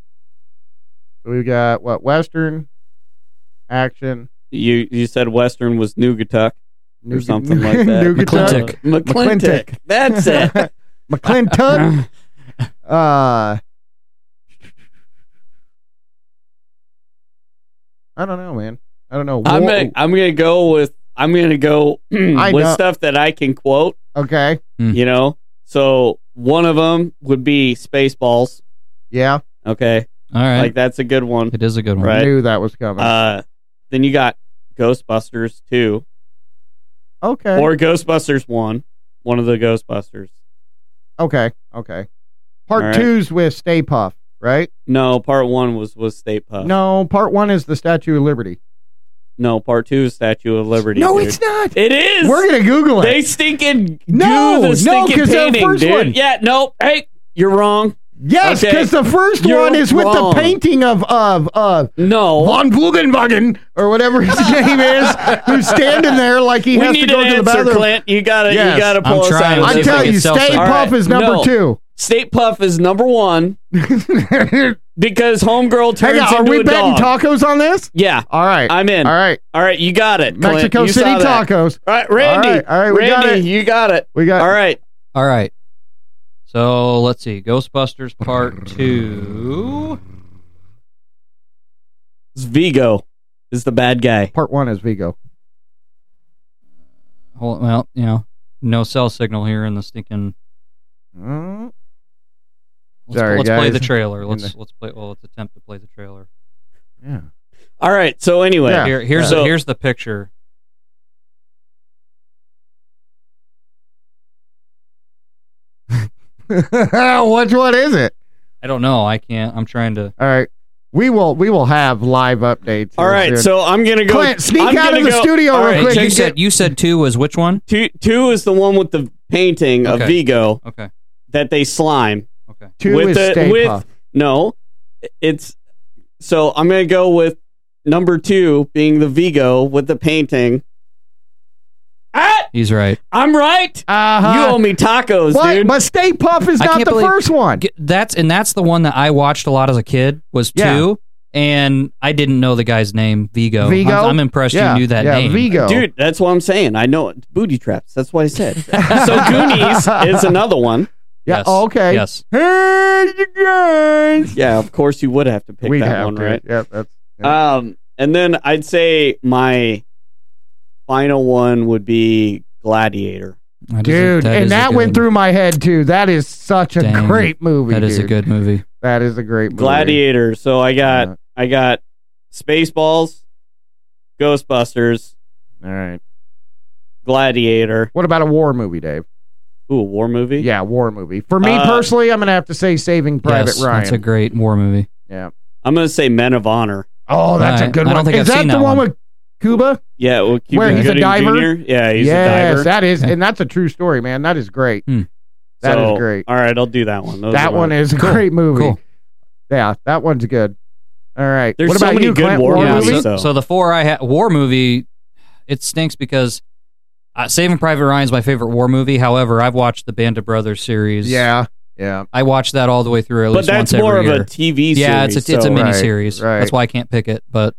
[SPEAKER 2] so we've got what Western action,
[SPEAKER 1] You you said Western was Nugatuck or
[SPEAKER 2] Nug-
[SPEAKER 1] something like that.
[SPEAKER 2] Nugatuck.
[SPEAKER 3] McClintock.
[SPEAKER 1] McClintock.
[SPEAKER 2] McClintock.
[SPEAKER 1] That's it.
[SPEAKER 2] McClintock. Uh, I don't know, man. I don't know.
[SPEAKER 1] I'm
[SPEAKER 2] War-
[SPEAKER 1] gonna, I'm gonna go with I'm gonna go with
[SPEAKER 2] know. Mm-hmm.
[SPEAKER 1] stuff that I can quote.
[SPEAKER 2] okay.
[SPEAKER 1] You know, so one of them would be Spaceballs.
[SPEAKER 2] Yeah.
[SPEAKER 1] Okay,
[SPEAKER 3] All right.
[SPEAKER 1] like that's a good one.
[SPEAKER 3] it is a good one.
[SPEAKER 1] Right.
[SPEAKER 2] I knew that was coming.
[SPEAKER 1] Uh, then you got Ghostbusters two
[SPEAKER 2] okay.
[SPEAKER 1] or Ghostbusters one, one of the Ghostbusters.
[SPEAKER 2] okay. Okay. Part
[SPEAKER 1] All right.
[SPEAKER 2] two's with Stay Puff, right?
[SPEAKER 1] No, part one was was State Puff.
[SPEAKER 2] no, part one is the Statue of Liberty.
[SPEAKER 1] no, part two is Statue of Liberty.
[SPEAKER 2] no,
[SPEAKER 1] dude.
[SPEAKER 2] it's not.
[SPEAKER 1] It is.
[SPEAKER 2] We're gonna Google it.
[SPEAKER 1] They stinking
[SPEAKER 2] No,
[SPEAKER 1] do
[SPEAKER 2] no,
[SPEAKER 1] the stinking
[SPEAKER 2] 'cause they're
[SPEAKER 1] painting,
[SPEAKER 2] first
[SPEAKER 1] dude.
[SPEAKER 2] one.
[SPEAKER 1] Yeah, no. Hey, you're wrong.
[SPEAKER 2] yes,
[SPEAKER 1] Okay.
[SPEAKER 2] because the 1st
[SPEAKER 1] You're
[SPEAKER 2] one is with
[SPEAKER 1] wrong. Oh.
[SPEAKER 2] the painting of of of
[SPEAKER 1] No,
[SPEAKER 2] von Bugenwagen or whatever his name is, who's standing there like he
[SPEAKER 1] we
[SPEAKER 2] has to
[SPEAKER 1] need
[SPEAKER 2] go
[SPEAKER 1] an
[SPEAKER 2] to the
[SPEAKER 1] answer,
[SPEAKER 2] bathroom.
[SPEAKER 1] Clint. You gotta,
[SPEAKER 2] Yes,
[SPEAKER 1] you gotta
[SPEAKER 3] I'm
[SPEAKER 1] pull us out.
[SPEAKER 3] trying.
[SPEAKER 1] of
[SPEAKER 2] I
[SPEAKER 3] Let's
[SPEAKER 1] this
[SPEAKER 2] tell
[SPEAKER 1] thing.
[SPEAKER 3] make
[SPEAKER 2] you,
[SPEAKER 3] it
[SPEAKER 2] Stay
[SPEAKER 3] self-serving.
[SPEAKER 2] Puff is
[SPEAKER 1] All right,
[SPEAKER 2] number
[SPEAKER 1] no.
[SPEAKER 2] two.
[SPEAKER 1] State Puff is number one
[SPEAKER 2] Hang
[SPEAKER 1] because Homegirl turns
[SPEAKER 2] on, are
[SPEAKER 1] into
[SPEAKER 2] we
[SPEAKER 1] a
[SPEAKER 2] betting
[SPEAKER 1] dog.
[SPEAKER 2] tacos on this?
[SPEAKER 1] yeah,
[SPEAKER 2] All right,
[SPEAKER 1] I'm in.
[SPEAKER 2] all right.
[SPEAKER 1] All right, you got it. Clint.
[SPEAKER 2] Mexico
[SPEAKER 1] You
[SPEAKER 2] City
[SPEAKER 1] saw that.
[SPEAKER 2] tacos.
[SPEAKER 1] All right, Randy.
[SPEAKER 2] All right, all right, we got
[SPEAKER 1] Randy,
[SPEAKER 2] it.
[SPEAKER 1] you got it.
[SPEAKER 2] We got
[SPEAKER 1] All right,
[SPEAKER 3] All right. So let's see. Ghostbusters Part Two.
[SPEAKER 1] it's Vigo is the bad guy.
[SPEAKER 2] part one is Vigo.
[SPEAKER 3] Hold, well, you know, no cell signal here in the stinking.
[SPEAKER 2] Mm,
[SPEAKER 3] Let's,
[SPEAKER 2] Sorry,
[SPEAKER 3] let's play
[SPEAKER 2] guys.
[SPEAKER 3] the trailer.
[SPEAKER 2] In
[SPEAKER 3] Let's
[SPEAKER 2] the-
[SPEAKER 3] let's play. Well, let's attempt to play the trailer.
[SPEAKER 2] Yeah.
[SPEAKER 1] All right, so anyway,
[SPEAKER 2] Yeah.
[SPEAKER 3] Here, here's
[SPEAKER 1] So-
[SPEAKER 3] the, here's the picture.
[SPEAKER 2] Which one is it?
[SPEAKER 3] I don't know. I can't. I'm trying to.
[SPEAKER 2] All right, we will we will have live updates.
[SPEAKER 1] all
[SPEAKER 2] here
[SPEAKER 1] right,
[SPEAKER 2] soon.
[SPEAKER 1] so I'm gonna go.
[SPEAKER 2] Clint, sneak
[SPEAKER 1] I'm
[SPEAKER 2] out
[SPEAKER 1] gonna
[SPEAKER 2] of the
[SPEAKER 1] go-
[SPEAKER 2] studio
[SPEAKER 1] all
[SPEAKER 2] real
[SPEAKER 1] right,
[SPEAKER 2] quick.
[SPEAKER 1] check
[SPEAKER 3] you
[SPEAKER 2] You
[SPEAKER 1] it.
[SPEAKER 3] said you said two was which one?
[SPEAKER 1] Two, two is the one with the painting of
[SPEAKER 3] Okay.
[SPEAKER 1] Vigo
[SPEAKER 3] Okay.
[SPEAKER 1] that they slime.
[SPEAKER 3] Okay.
[SPEAKER 2] two
[SPEAKER 1] with
[SPEAKER 2] is
[SPEAKER 1] the-
[SPEAKER 2] Stay
[SPEAKER 1] with-
[SPEAKER 2] Puff.
[SPEAKER 1] No, it's so I'm gonna go with number two being the Vigo with the painting. Ah,
[SPEAKER 3] He's right.
[SPEAKER 1] I'm right. You
[SPEAKER 2] Uh-huh.
[SPEAKER 1] owe me tacos,
[SPEAKER 2] What?
[SPEAKER 1] dude.
[SPEAKER 2] But Stay Puff is
[SPEAKER 3] I
[SPEAKER 2] not
[SPEAKER 3] can't
[SPEAKER 2] the
[SPEAKER 3] believe-
[SPEAKER 2] first one.
[SPEAKER 3] G- That's and that's the one that I watched a lot as a kid was two,
[SPEAKER 2] Yeah.
[SPEAKER 3] and I didn't know the guy's name Vigo.
[SPEAKER 2] Vigo?
[SPEAKER 3] I'm, I'm impressed
[SPEAKER 2] yeah,
[SPEAKER 3] you knew that
[SPEAKER 2] yeah,
[SPEAKER 3] name.
[SPEAKER 2] Vigo.
[SPEAKER 1] Dude, that's what I'm saying. I know it. Booty traps. That's what I said. so Goonies is another one.
[SPEAKER 2] Yeah.
[SPEAKER 3] Yes.
[SPEAKER 2] okay.
[SPEAKER 3] Yes.
[SPEAKER 2] Hey, you guys.
[SPEAKER 1] Yeah, of course you would have to pick
[SPEAKER 2] We'd
[SPEAKER 1] that
[SPEAKER 2] have
[SPEAKER 1] one,
[SPEAKER 2] to.
[SPEAKER 1] right?
[SPEAKER 2] Yep. That's
[SPEAKER 1] Um, and then I'd say my final one would be Gladiator.
[SPEAKER 3] That is a-
[SPEAKER 2] dude
[SPEAKER 3] is
[SPEAKER 2] and
[SPEAKER 3] a
[SPEAKER 2] that
[SPEAKER 3] good-
[SPEAKER 2] went through my head too that is such a
[SPEAKER 3] Dang.
[SPEAKER 2] great movie
[SPEAKER 3] That is a
[SPEAKER 2] dude.
[SPEAKER 3] good movie.
[SPEAKER 2] that is a great movie Uh,
[SPEAKER 1] Gladiator. So I got
[SPEAKER 2] Yeah.
[SPEAKER 1] I got Spaceballs, Ghostbusters,
[SPEAKER 2] all right
[SPEAKER 1] Gladiator.
[SPEAKER 2] what about a war movie dave
[SPEAKER 1] Ooh, a war movie.
[SPEAKER 2] yeah war movie for me
[SPEAKER 1] Uh,
[SPEAKER 2] personally i'm gonna have to say saving private
[SPEAKER 3] yes,
[SPEAKER 2] ryan
[SPEAKER 3] That's a great war movie.
[SPEAKER 2] yeah
[SPEAKER 1] I'm gonna say Men of Honor.
[SPEAKER 2] oh that's
[SPEAKER 3] I-
[SPEAKER 2] a good
[SPEAKER 3] I don't
[SPEAKER 2] one
[SPEAKER 3] think
[SPEAKER 2] is
[SPEAKER 3] I've
[SPEAKER 2] that
[SPEAKER 3] seen
[SPEAKER 2] the
[SPEAKER 3] that
[SPEAKER 2] one,
[SPEAKER 3] one.
[SPEAKER 2] with cuba
[SPEAKER 1] Yeah, well, Cuba
[SPEAKER 2] Where he's a
[SPEAKER 1] Gooding
[SPEAKER 2] diver?
[SPEAKER 1] Jr. Yeah, he's
[SPEAKER 2] yes
[SPEAKER 1] a diver.
[SPEAKER 2] that is
[SPEAKER 3] Yeah.
[SPEAKER 2] and that's a true story man that is great
[SPEAKER 3] Hmm.
[SPEAKER 2] That is
[SPEAKER 1] So,
[SPEAKER 2] great
[SPEAKER 1] All right, I'll do that one. Those
[SPEAKER 2] that
[SPEAKER 1] are my-
[SPEAKER 2] one is a great movie
[SPEAKER 3] Cool.
[SPEAKER 2] yeah that one's good all right
[SPEAKER 1] There's
[SPEAKER 2] what
[SPEAKER 1] so
[SPEAKER 2] about
[SPEAKER 1] many
[SPEAKER 2] you
[SPEAKER 1] good
[SPEAKER 2] Clint?
[SPEAKER 1] war
[SPEAKER 2] war
[SPEAKER 1] movies.
[SPEAKER 2] movies?
[SPEAKER 3] so,
[SPEAKER 1] so-
[SPEAKER 3] so the four I had war movie, it stinks because uh, Saving Private Ryan's my favorite war movie. However, I've watched the Band of Brothers series.
[SPEAKER 2] yeah Yeah.
[SPEAKER 3] I watch that all the way through. At
[SPEAKER 1] but
[SPEAKER 3] least
[SPEAKER 1] that's
[SPEAKER 3] once
[SPEAKER 1] more
[SPEAKER 3] every
[SPEAKER 1] of a
[SPEAKER 3] year.
[SPEAKER 1] TV series.
[SPEAKER 3] yeah, it's a it's a
[SPEAKER 1] so- uh,
[SPEAKER 3] mini
[SPEAKER 2] Right,
[SPEAKER 3] series.
[SPEAKER 2] right.
[SPEAKER 3] That's why I can't pick it. But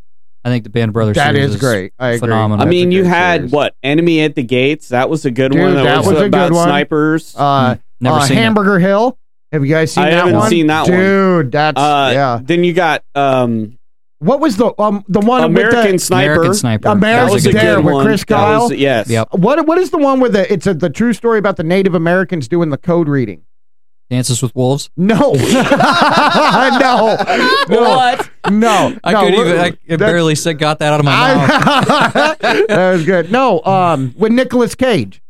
[SPEAKER 3] I think the Band of Brothers
[SPEAKER 2] That
[SPEAKER 3] series
[SPEAKER 2] is great. I agree.
[SPEAKER 3] phenomenal.
[SPEAKER 1] I
[SPEAKER 2] That's a
[SPEAKER 1] mean, you
[SPEAKER 2] good
[SPEAKER 1] had
[SPEAKER 2] series.
[SPEAKER 1] what? Enemy at the Gates. That was a good
[SPEAKER 2] Dude,
[SPEAKER 1] one.
[SPEAKER 2] that was a good
[SPEAKER 1] about
[SPEAKER 2] one.
[SPEAKER 1] snipers. Uh,
[SPEAKER 2] Uh,
[SPEAKER 3] Hmm. Never
[SPEAKER 2] uh,
[SPEAKER 3] seen it.
[SPEAKER 2] Hamburger Hill. Have you guys seen
[SPEAKER 1] I
[SPEAKER 2] that
[SPEAKER 1] haven't
[SPEAKER 2] one?
[SPEAKER 1] seen that one. Uh,
[SPEAKER 2] Dude, that's yeah.
[SPEAKER 1] Then you got um,
[SPEAKER 2] What was the um the one
[SPEAKER 1] American
[SPEAKER 2] with
[SPEAKER 1] Sniper.
[SPEAKER 3] American Sniper.
[SPEAKER 1] That
[SPEAKER 2] American
[SPEAKER 1] was a
[SPEAKER 2] Dare
[SPEAKER 1] good
[SPEAKER 2] with
[SPEAKER 1] one.
[SPEAKER 2] Chris
[SPEAKER 1] That was-
[SPEAKER 2] Kyle?
[SPEAKER 1] yes.
[SPEAKER 3] Yep.
[SPEAKER 2] the what what is the one where the it's a the true story about the Native Americans doing the code reading?
[SPEAKER 3] Dances with Wolves.
[SPEAKER 2] No, no, no,
[SPEAKER 1] What?
[SPEAKER 2] no.
[SPEAKER 3] I
[SPEAKER 2] no,
[SPEAKER 3] couldn't even. I
[SPEAKER 2] we're-
[SPEAKER 3] I
[SPEAKER 2] that-
[SPEAKER 3] barely said, got that out of my mouth.
[SPEAKER 2] I- that was good. No, um, with Nicolas Cage.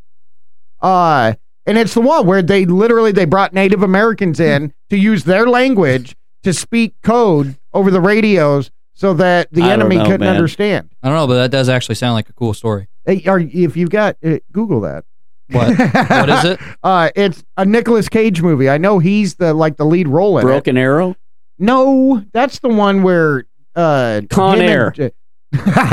[SPEAKER 2] Uh, and it's the one where they literally they brought Native Americans in to use their language to speak code over the radios so that the
[SPEAKER 1] I don't
[SPEAKER 2] enemy
[SPEAKER 1] know,
[SPEAKER 2] couldn't
[SPEAKER 1] man.
[SPEAKER 2] understand.
[SPEAKER 3] I don't know, but that does actually sound like a cool story.
[SPEAKER 2] Hey, are, if you've got uh, Google that.
[SPEAKER 3] What? what is it?
[SPEAKER 2] Uh, it's a Nicolas Cage movie. I know he's the like the lead role in it.
[SPEAKER 1] Broken Arrow.
[SPEAKER 2] No, that's the one where uh
[SPEAKER 1] Con
[SPEAKER 2] him and-
[SPEAKER 1] Air.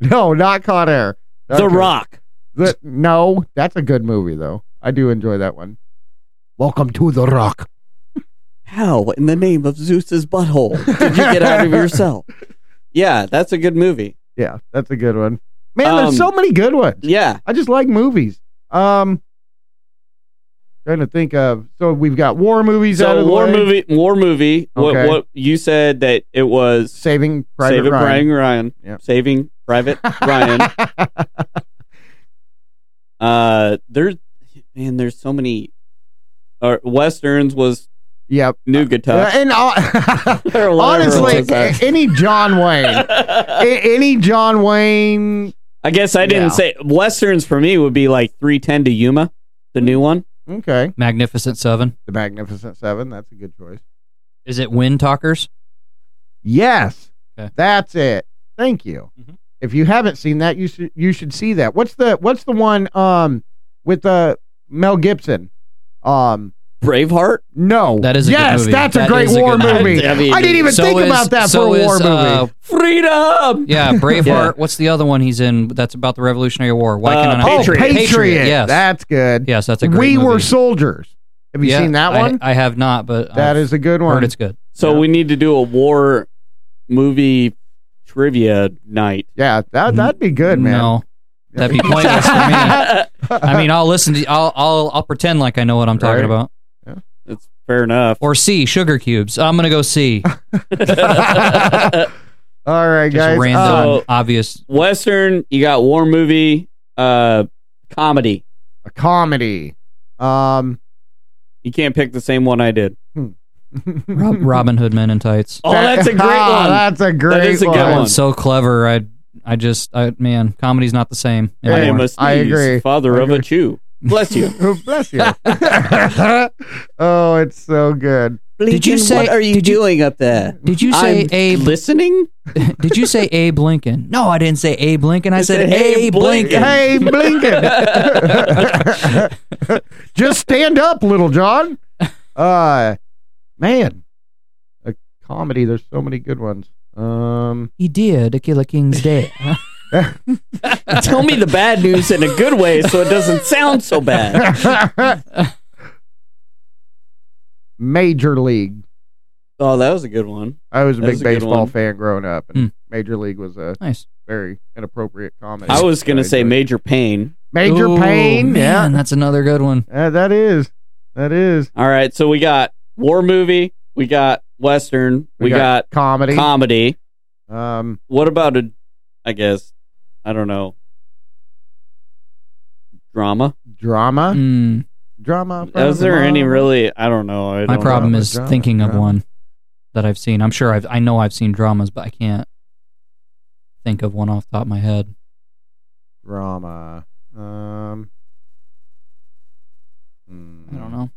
[SPEAKER 2] no, not Con Air.
[SPEAKER 1] The
[SPEAKER 2] Okay.
[SPEAKER 1] Rock.
[SPEAKER 2] The- no, that's a good movie though. I do enjoy that one. Welcome to the Rock.
[SPEAKER 1] How in the name of Zeus's butthole did you get out of your cell? Yeah, that's a good movie.
[SPEAKER 2] Yeah, that's a good one. Man,
[SPEAKER 1] Um,
[SPEAKER 2] there's so many good ones.
[SPEAKER 1] Yeah.
[SPEAKER 2] I just like movies. Um, trying to think of. So we've got war movies out
[SPEAKER 1] So
[SPEAKER 2] of the
[SPEAKER 1] war
[SPEAKER 2] way.
[SPEAKER 1] movie, war movie. What,
[SPEAKER 2] Okay.
[SPEAKER 1] what you said that it was
[SPEAKER 2] Saving Private
[SPEAKER 1] Saving
[SPEAKER 2] Ryan.
[SPEAKER 1] Private Ryan.
[SPEAKER 2] Yep.
[SPEAKER 1] Saving Private Ryan. Uh, there's man, there's so many. Or westerns was
[SPEAKER 2] yep.
[SPEAKER 1] New
[SPEAKER 2] Uh,
[SPEAKER 1] Guitar.
[SPEAKER 2] and uh,
[SPEAKER 1] or whatever it
[SPEAKER 2] honestly,
[SPEAKER 1] was.
[SPEAKER 2] a- any John Wayne, a- any John Wayne.
[SPEAKER 1] I guess I didn't
[SPEAKER 2] Yeah.
[SPEAKER 1] say westerns for me would be like 310 to Yuma, the new one.
[SPEAKER 2] Okay,
[SPEAKER 3] Magnificent Seven.
[SPEAKER 2] The Magnificent Seven. That's a good choice.
[SPEAKER 3] Is it Wind Talkers?
[SPEAKER 2] Yes,
[SPEAKER 3] Okay.
[SPEAKER 2] that's it. Thank you.
[SPEAKER 3] Mhm.
[SPEAKER 2] If you haven't seen that, you should you should see that. What's the What's the one um with uh, Mel Gibson? Um,
[SPEAKER 1] Braveheart.
[SPEAKER 2] no,
[SPEAKER 3] That is a good
[SPEAKER 2] yes,
[SPEAKER 3] movie.
[SPEAKER 2] that's a
[SPEAKER 3] That
[SPEAKER 2] great
[SPEAKER 3] is a
[SPEAKER 2] war
[SPEAKER 3] good
[SPEAKER 2] movie.
[SPEAKER 1] movie. I mean,
[SPEAKER 2] I didn't even
[SPEAKER 3] so
[SPEAKER 2] think
[SPEAKER 3] is-
[SPEAKER 2] about that
[SPEAKER 3] so
[SPEAKER 2] for a war
[SPEAKER 3] is,
[SPEAKER 2] movie.
[SPEAKER 3] uh,
[SPEAKER 1] Freedom.
[SPEAKER 3] Yeah, Braveheart.
[SPEAKER 1] Yeah.
[SPEAKER 3] What's the other one he's in? That's about the Revolutionary War. Why
[SPEAKER 1] Uh,
[SPEAKER 3] can I
[SPEAKER 2] oh,
[SPEAKER 1] Patriot.
[SPEAKER 2] Patriot.
[SPEAKER 3] Yes,
[SPEAKER 2] that's good.
[SPEAKER 3] yes, that's a great.
[SPEAKER 2] we
[SPEAKER 3] movie.
[SPEAKER 2] were soldiers. Have you
[SPEAKER 3] Yeah,
[SPEAKER 2] seen that
[SPEAKER 3] I-
[SPEAKER 2] one?
[SPEAKER 3] I, have not, but
[SPEAKER 2] That
[SPEAKER 3] I've
[SPEAKER 2] is a good
[SPEAKER 3] heard
[SPEAKER 2] one.
[SPEAKER 3] it's good.
[SPEAKER 1] So
[SPEAKER 2] Yeah.
[SPEAKER 1] we need to do a war movie trivia night.
[SPEAKER 2] yeah, that that'd be good, man.
[SPEAKER 3] Mm-hmm. No, that'd be pointless for me. I mean, I'll listen to. I'll I'll I'll pretend like I know what I'm talking
[SPEAKER 2] Right.
[SPEAKER 3] about.
[SPEAKER 1] That's fair enough.
[SPEAKER 3] Or C sugar cubes. I'm gonna go C.
[SPEAKER 2] All right,
[SPEAKER 3] Just
[SPEAKER 2] guys.
[SPEAKER 3] random,
[SPEAKER 2] Uh,
[SPEAKER 1] So-
[SPEAKER 3] obvious.
[SPEAKER 1] Western, you got war movie, uh, comedy.
[SPEAKER 2] a comedy. Um,
[SPEAKER 1] You can't pick the same one I did.
[SPEAKER 3] Rob, Robin Hood Men in Tights.
[SPEAKER 1] Oh, that's a great
[SPEAKER 2] Ah,
[SPEAKER 1] one.
[SPEAKER 2] That's a great
[SPEAKER 1] is a good
[SPEAKER 3] That
[SPEAKER 1] one.
[SPEAKER 3] one's so clever. I I just I man, comedy's not the same
[SPEAKER 2] Yeah,
[SPEAKER 1] I am
[SPEAKER 3] anymore.
[SPEAKER 1] a
[SPEAKER 2] I
[SPEAKER 1] sneeze,
[SPEAKER 2] agree.
[SPEAKER 1] Father
[SPEAKER 2] I
[SPEAKER 1] of a chew. Bless you.
[SPEAKER 2] Oh, Bless you. oh, it's so good.
[SPEAKER 3] Did you Lincoln, say- what are you did you-
[SPEAKER 1] doing up there?
[SPEAKER 3] did you say Abe?
[SPEAKER 1] listening?
[SPEAKER 3] did you say Abe Lincoln? No, I didn't say Abe Lincoln. I
[SPEAKER 1] You
[SPEAKER 3] said,
[SPEAKER 1] said Abe
[SPEAKER 3] Abe
[SPEAKER 1] Lincoln.
[SPEAKER 3] Lincoln.
[SPEAKER 2] Hey, Blinken. Just stand up, little John. Uh, man, a comedy. There's so many good ones. Um,
[SPEAKER 3] He did a Killer King's Day.
[SPEAKER 1] Tell me the bad news in a good way so it doesn't sound so bad.
[SPEAKER 2] Major League.
[SPEAKER 1] Oh, that was a good one.
[SPEAKER 2] I was a
[SPEAKER 1] That
[SPEAKER 2] big
[SPEAKER 1] was a good
[SPEAKER 2] baseball
[SPEAKER 1] one. Hmm.
[SPEAKER 2] fan growing up, and Major League was a
[SPEAKER 3] nice.
[SPEAKER 2] very inappropriate comedy.
[SPEAKER 1] I was going to say
[SPEAKER 2] Major,
[SPEAKER 1] Major Pain.
[SPEAKER 2] major
[SPEAKER 3] Ooh,
[SPEAKER 2] Pain.
[SPEAKER 3] Man, that's another good one.
[SPEAKER 2] Yeah, Uh, that is, that is.
[SPEAKER 1] All right, so we got war movie, we got western, we, got,
[SPEAKER 2] comedy.
[SPEAKER 1] comedy.
[SPEAKER 2] um,
[SPEAKER 1] What about a I guess I don't know. Drama?
[SPEAKER 2] drama,
[SPEAKER 3] Mm,
[SPEAKER 2] drama.
[SPEAKER 1] Is there any
[SPEAKER 2] drama.
[SPEAKER 1] really I don't know. I
[SPEAKER 3] my
[SPEAKER 1] don't
[SPEAKER 3] problem
[SPEAKER 2] know.
[SPEAKER 3] is
[SPEAKER 2] Drama,
[SPEAKER 3] thinking of
[SPEAKER 2] drama.
[SPEAKER 3] one that I've seen. I'm sure I've I know I've seen dramas, but I can't think of one off the top of my head.
[SPEAKER 2] drama? Um, hmm.
[SPEAKER 3] I don't know.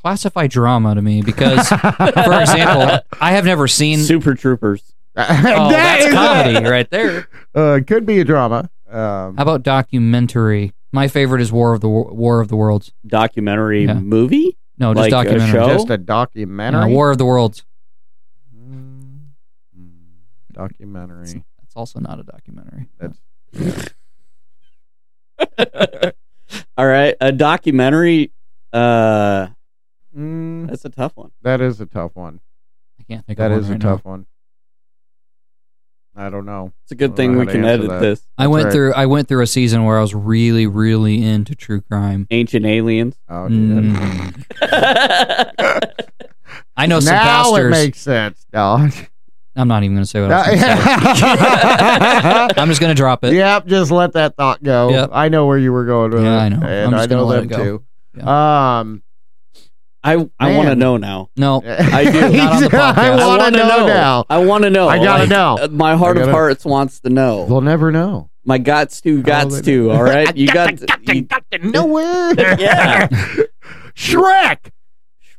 [SPEAKER 3] Classify drama to me because, for example, I have never
[SPEAKER 1] know.
[SPEAKER 3] seen.
[SPEAKER 1] Super Troopers.
[SPEAKER 3] oh,
[SPEAKER 2] That
[SPEAKER 3] that's
[SPEAKER 2] is-
[SPEAKER 3] comedy right there.
[SPEAKER 2] Uh, it could be a drama. Um,
[SPEAKER 3] How about documentary? My favorite is War of the Wo- War of the Worlds.
[SPEAKER 1] documentary
[SPEAKER 3] Yeah.
[SPEAKER 1] movie?
[SPEAKER 3] No, just
[SPEAKER 1] Like a
[SPEAKER 3] documentary.
[SPEAKER 1] show?
[SPEAKER 2] just a
[SPEAKER 3] Yeah,
[SPEAKER 2] documentary.
[SPEAKER 3] War of the Worlds.
[SPEAKER 2] Hmm. Hmm. Documentary.
[SPEAKER 3] That's also not a documentary.
[SPEAKER 2] That's
[SPEAKER 1] All right, a documentary. Uh,
[SPEAKER 2] Mm,
[SPEAKER 1] that's a tough one.
[SPEAKER 2] that is a tough one.
[SPEAKER 3] I can't think
[SPEAKER 2] That
[SPEAKER 3] of one
[SPEAKER 2] is a
[SPEAKER 3] right now.
[SPEAKER 2] tough one. I don't know.
[SPEAKER 1] It's a good
[SPEAKER 2] Well,
[SPEAKER 1] thing
[SPEAKER 2] how
[SPEAKER 1] we
[SPEAKER 2] to
[SPEAKER 1] can
[SPEAKER 2] answer
[SPEAKER 1] edit
[SPEAKER 2] that.
[SPEAKER 1] this.
[SPEAKER 3] I went
[SPEAKER 2] right.
[SPEAKER 3] through I went through a season where I was really really into true crime.
[SPEAKER 1] Ancient aliens.
[SPEAKER 2] Oh, dude.
[SPEAKER 3] Mm.
[SPEAKER 1] I
[SPEAKER 3] I know some
[SPEAKER 2] now it
[SPEAKER 3] pastors.
[SPEAKER 2] makes sense. No.
[SPEAKER 3] I'm not even going to say what I was gonna say. I'm just going to drop it.
[SPEAKER 2] yep, just let that thought go.
[SPEAKER 3] Yep.
[SPEAKER 2] I know where you were going with
[SPEAKER 3] Yeah,
[SPEAKER 2] it.
[SPEAKER 3] I know. I'm
[SPEAKER 2] And
[SPEAKER 3] just
[SPEAKER 2] I
[SPEAKER 3] gonna
[SPEAKER 2] know
[SPEAKER 3] let
[SPEAKER 2] them
[SPEAKER 3] it go.
[SPEAKER 2] too. Um,
[SPEAKER 1] I want to
[SPEAKER 2] Man.
[SPEAKER 1] know now.
[SPEAKER 3] No,
[SPEAKER 1] I do.
[SPEAKER 3] Not on the podcast.
[SPEAKER 2] I
[SPEAKER 1] I
[SPEAKER 2] want
[SPEAKER 1] wanna
[SPEAKER 2] to know, now.
[SPEAKER 1] I want to know.
[SPEAKER 2] I gotta know.
[SPEAKER 1] uh, My heart
[SPEAKER 2] I
[SPEAKER 1] of
[SPEAKER 2] gotta-
[SPEAKER 1] hearts wants to know.
[SPEAKER 2] We'll never know.
[SPEAKER 1] My gots to, gots
[SPEAKER 2] they
[SPEAKER 1] to. All right, you got. you-
[SPEAKER 2] No way.
[SPEAKER 1] Yeah. Shrek.
[SPEAKER 2] Shrek.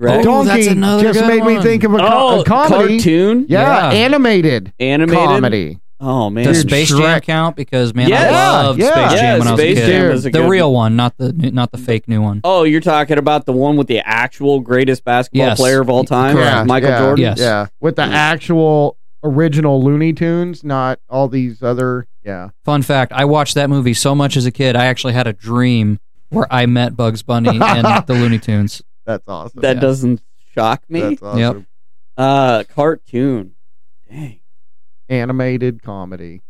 [SPEAKER 3] Oh,
[SPEAKER 2] Donkey
[SPEAKER 3] that's another
[SPEAKER 2] just
[SPEAKER 3] good
[SPEAKER 2] made me
[SPEAKER 3] one.
[SPEAKER 2] think of a, co-
[SPEAKER 1] Oh,
[SPEAKER 2] a comedy.
[SPEAKER 1] cartoon,
[SPEAKER 2] Yeah,
[SPEAKER 3] uh, Yeah.
[SPEAKER 2] animated,
[SPEAKER 1] animated
[SPEAKER 2] comedy.
[SPEAKER 1] Oh man,
[SPEAKER 3] Does
[SPEAKER 2] Dude,
[SPEAKER 3] Space Jam
[SPEAKER 2] Shrek.
[SPEAKER 3] count? Because man,
[SPEAKER 1] Yeah,
[SPEAKER 3] I loved
[SPEAKER 2] yeah.
[SPEAKER 3] Space Jam
[SPEAKER 1] yeah,
[SPEAKER 3] when I was
[SPEAKER 1] Space
[SPEAKER 3] a kid.
[SPEAKER 1] Jam is a
[SPEAKER 3] the
[SPEAKER 1] good
[SPEAKER 3] real one, not the new- not the fake new one.
[SPEAKER 1] Oh, you're talking about the one with the actual greatest basketball
[SPEAKER 3] Yes.
[SPEAKER 1] player of all time,
[SPEAKER 2] Correct.
[SPEAKER 1] Michael
[SPEAKER 2] Yeah.
[SPEAKER 1] Jordan.
[SPEAKER 3] Yes.
[SPEAKER 2] Yeah, with the
[SPEAKER 1] Mm.
[SPEAKER 2] actual original Looney Tunes, not all these other. Yeah.
[SPEAKER 3] Fun fact: I watched that movie so much as a kid. I actually had a dream where I met Bugs Bunny and the Looney Tunes.
[SPEAKER 2] That's awesome.
[SPEAKER 1] That
[SPEAKER 3] Yeah.
[SPEAKER 1] doesn't shock me.
[SPEAKER 2] That's awesome.
[SPEAKER 3] Yep.
[SPEAKER 1] Uh, cartoon. Dang.
[SPEAKER 2] Animated comedy.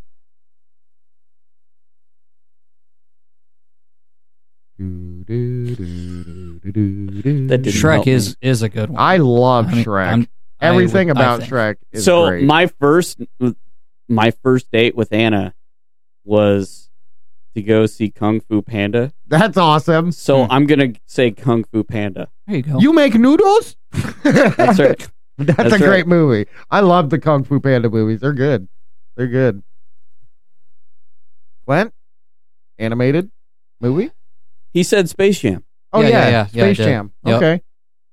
[SPEAKER 1] That didn't help
[SPEAKER 3] Shrek
[SPEAKER 1] me.
[SPEAKER 3] is is a good one.
[SPEAKER 2] I love
[SPEAKER 3] I mean,
[SPEAKER 2] Shrek.
[SPEAKER 3] I'm- I
[SPEAKER 2] Everything
[SPEAKER 3] would- I
[SPEAKER 2] about
[SPEAKER 3] think.
[SPEAKER 2] Shrek is
[SPEAKER 1] so
[SPEAKER 2] great.
[SPEAKER 1] my first, my first date with Anna was to go see Kung Fu Panda.
[SPEAKER 2] That's awesome.
[SPEAKER 1] So
[SPEAKER 3] Hmm.
[SPEAKER 1] I'm gonna say Kung Fu Panda.
[SPEAKER 3] There you go.
[SPEAKER 2] You make noodles?
[SPEAKER 1] That's right.
[SPEAKER 2] That's,
[SPEAKER 1] That's
[SPEAKER 2] a
[SPEAKER 1] right.
[SPEAKER 2] great movie. I love the Kung Fu Panda movies. They're good. They're good. Clint, animated movie?
[SPEAKER 1] he said Space Jam.
[SPEAKER 2] Oh
[SPEAKER 3] Yeah,
[SPEAKER 2] yeah,
[SPEAKER 3] yeah, yeah. Yeah, I
[SPEAKER 2] Space
[SPEAKER 3] did.
[SPEAKER 2] Jam.
[SPEAKER 3] Yep.
[SPEAKER 2] Okay.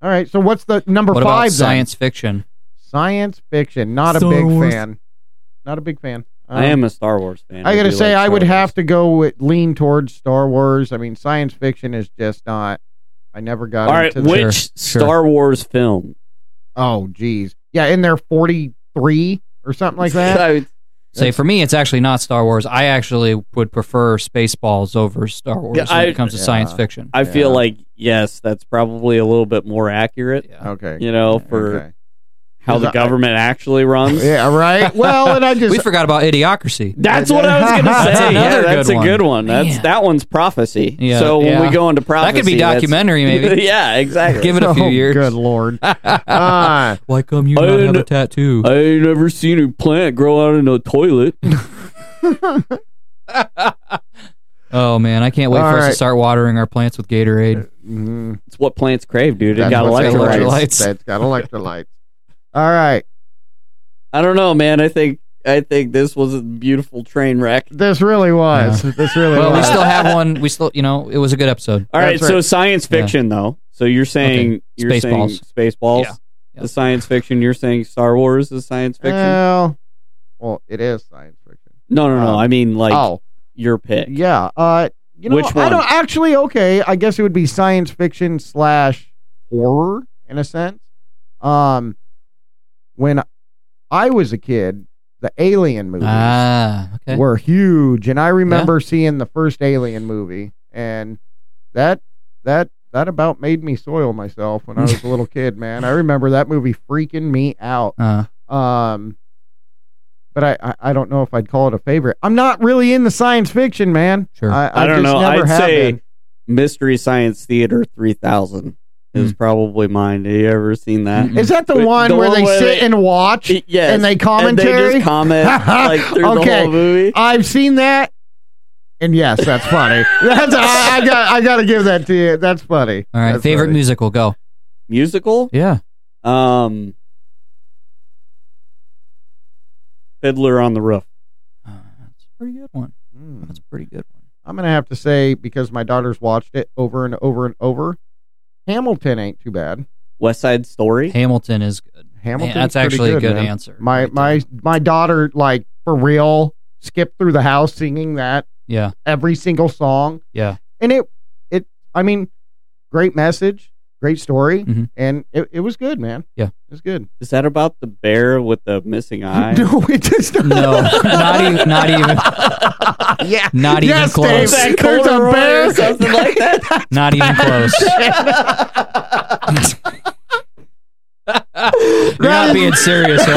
[SPEAKER 2] All right. So what's the number
[SPEAKER 3] what about
[SPEAKER 2] five? then?
[SPEAKER 3] science fiction?
[SPEAKER 2] Science fiction. Not a
[SPEAKER 3] Star
[SPEAKER 2] big
[SPEAKER 3] Wars.
[SPEAKER 2] fan. Not a big fan. Um,
[SPEAKER 1] I am a Star Wars fan.
[SPEAKER 2] I gotta
[SPEAKER 1] do
[SPEAKER 2] say,
[SPEAKER 1] like
[SPEAKER 2] I
[SPEAKER 1] Star
[SPEAKER 2] would
[SPEAKER 1] Wars.
[SPEAKER 2] have to go with lean towards Star Wars. I mean, science fiction is just not. I never got
[SPEAKER 1] All right,
[SPEAKER 2] into. the-
[SPEAKER 1] which
[SPEAKER 3] Sure, sure.
[SPEAKER 1] Star Wars film?
[SPEAKER 2] oh, geez. Yeah, in there forty three or something like that.
[SPEAKER 1] I-
[SPEAKER 3] Say for me, it's actually not Star Wars. I actually would prefer Spaceballs over Star Wars
[SPEAKER 1] Yeah,
[SPEAKER 3] when
[SPEAKER 1] I-
[SPEAKER 3] it comes to
[SPEAKER 2] Yeah.
[SPEAKER 3] science fiction.
[SPEAKER 1] I feel
[SPEAKER 2] Yeah.
[SPEAKER 1] like yes, that's probably a little bit more accurate.
[SPEAKER 3] Yeah.
[SPEAKER 2] Okay.
[SPEAKER 1] You know, for
[SPEAKER 2] Okay.
[SPEAKER 1] how the
[SPEAKER 2] Because I-
[SPEAKER 1] government actually runs.
[SPEAKER 2] Yeah. Right. Well, and I just.
[SPEAKER 3] we forgot about Idiocracy.
[SPEAKER 1] That's what I was gonna
[SPEAKER 2] That's
[SPEAKER 1] say. yeah,
[SPEAKER 3] another good
[SPEAKER 1] that's a
[SPEAKER 3] one.
[SPEAKER 1] good one. That's
[SPEAKER 3] Man.
[SPEAKER 1] that one's prophecy.
[SPEAKER 3] Yeah.
[SPEAKER 1] so when we
[SPEAKER 3] Yeah.
[SPEAKER 1] go into prophecy,
[SPEAKER 3] That could be
[SPEAKER 1] that's-
[SPEAKER 3] documentary, maybe.
[SPEAKER 1] yeah, exactly.
[SPEAKER 3] Give it a few
[SPEAKER 2] oh,
[SPEAKER 3] years.
[SPEAKER 2] Good lord. Ah.
[SPEAKER 3] Why come you
[SPEAKER 1] I
[SPEAKER 3] not
[SPEAKER 1] didn't-
[SPEAKER 3] have a tattoo?
[SPEAKER 1] I ain't never seen a plant grow out in a toilet.
[SPEAKER 3] oh man, I can't wait
[SPEAKER 2] All
[SPEAKER 3] for us
[SPEAKER 2] right.
[SPEAKER 3] to start watering our plants with Gatorade.
[SPEAKER 2] Mhm.
[SPEAKER 1] it's what plants crave, dude. It
[SPEAKER 2] That's
[SPEAKER 1] got
[SPEAKER 2] what they
[SPEAKER 3] electrolytes.
[SPEAKER 1] electrolytes.
[SPEAKER 2] like. That's got electrolytes. All right.
[SPEAKER 1] I don't know, man. I think I think this was a beautiful train wreck.
[SPEAKER 2] This really was. This really
[SPEAKER 3] Well, we
[SPEAKER 2] was.
[SPEAKER 3] still have one. We still, you know, it was a good episode.
[SPEAKER 1] All right,
[SPEAKER 2] That's
[SPEAKER 1] so
[SPEAKER 2] right.
[SPEAKER 1] science fiction though. So you're saying you're saying
[SPEAKER 3] Spaceballs.
[SPEAKER 1] Spaceballs.
[SPEAKER 3] Yeah. Yeah.
[SPEAKER 1] The science fiction. You're saying Star Wars is science fiction.
[SPEAKER 2] Well, well, it is science fiction.
[SPEAKER 1] no, no, no.
[SPEAKER 2] um,
[SPEAKER 1] I mean like
[SPEAKER 2] oh,
[SPEAKER 1] your pick.
[SPEAKER 2] yeah. Uh, you know,
[SPEAKER 1] Which
[SPEAKER 2] I
[SPEAKER 1] one?
[SPEAKER 2] don't actually. Okay, I guess it would be science fiction slash horror in a sense. Um, when I was a kid, the Alien movies
[SPEAKER 3] Ah, okay.
[SPEAKER 2] were huge, and I remember seeing the first Alien movie, and that that that about made me soil myself when I was a little kid. Man, I remember that movie freaking me out.
[SPEAKER 3] Uh,
[SPEAKER 2] Um, but I, I, I don't know if I'd call it a favorite. I'm not really into science fiction, man.
[SPEAKER 3] sure.
[SPEAKER 2] I, I,
[SPEAKER 1] I don't
[SPEAKER 2] just
[SPEAKER 1] know.
[SPEAKER 2] Never
[SPEAKER 1] I'd
[SPEAKER 2] have
[SPEAKER 1] say
[SPEAKER 2] been.
[SPEAKER 1] Mystery Science Theater 3000
[SPEAKER 3] Hmm.
[SPEAKER 1] is probably mine. Have you ever seen that?
[SPEAKER 3] Mm-mm.
[SPEAKER 2] Is that the
[SPEAKER 1] the
[SPEAKER 2] one where
[SPEAKER 1] one
[SPEAKER 2] they
[SPEAKER 1] where
[SPEAKER 2] sit
[SPEAKER 1] they-
[SPEAKER 2] and watch
[SPEAKER 3] Mm-hmm.
[SPEAKER 1] It- yes.
[SPEAKER 2] and they
[SPEAKER 1] And they
[SPEAKER 2] commentary?
[SPEAKER 1] just comment like through the
[SPEAKER 2] Okay.
[SPEAKER 1] whole movie.
[SPEAKER 2] I've seen that, and yes, that's funny. that's I, I got I got to give that to you. That's funny.
[SPEAKER 3] All right,
[SPEAKER 2] That's
[SPEAKER 3] favorite
[SPEAKER 2] funny.
[SPEAKER 3] musical, go.
[SPEAKER 1] Musical?
[SPEAKER 3] Yeah.
[SPEAKER 1] Um Fiddler on the Roof.
[SPEAKER 3] Uh, that's a pretty good one.
[SPEAKER 2] Hmm.
[SPEAKER 3] That's a pretty good one.
[SPEAKER 2] I'm gonna have to say because my daughter's watched it over and over and over. Hamilton ain't too bad.
[SPEAKER 1] West Side Story.
[SPEAKER 3] Hamilton is good.
[SPEAKER 2] Hamilton.
[SPEAKER 3] that's actually a good
[SPEAKER 2] man.
[SPEAKER 3] answer.
[SPEAKER 2] My
[SPEAKER 3] right
[SPEAKER 2] my
[SPEAKER 3] there.
[SPEAKER 2] my daughter like for real skipped through the house singing that
[SPEAKER 3] yeah,
[SPEAKER 2] every single song,
[SPEAKER 3] yeah.
[SPEAKER 2] and it it I mean, great message, great story,
[SPEAKER 3] Mhm.
[SPEAKER 2] and it, it was good, man.
[SPEAKER 3] Yeah.
[SPEAKER 2] It's good.
[SPEAKER 1] Is that about the bear with the missing eye?
[SPEAKER 2] no, it just
[SPEAKER 3] No, not even, not even,
[SPEAKER 2] yeah.
[SPEAKER 3] Not even
[SPEAKER 2] yes,
[SPEAKER 3] close.
[SPEAKER 2] Dave,
[SPEAKER 1] Is that
[SPEAKER 2] there's a
[SPEAKER 1] corduroy
[SPEAKER 2] bear.
[SPEAKER 1] or something like that?
[SPEAKER 3] not even close. You're not being serious, right?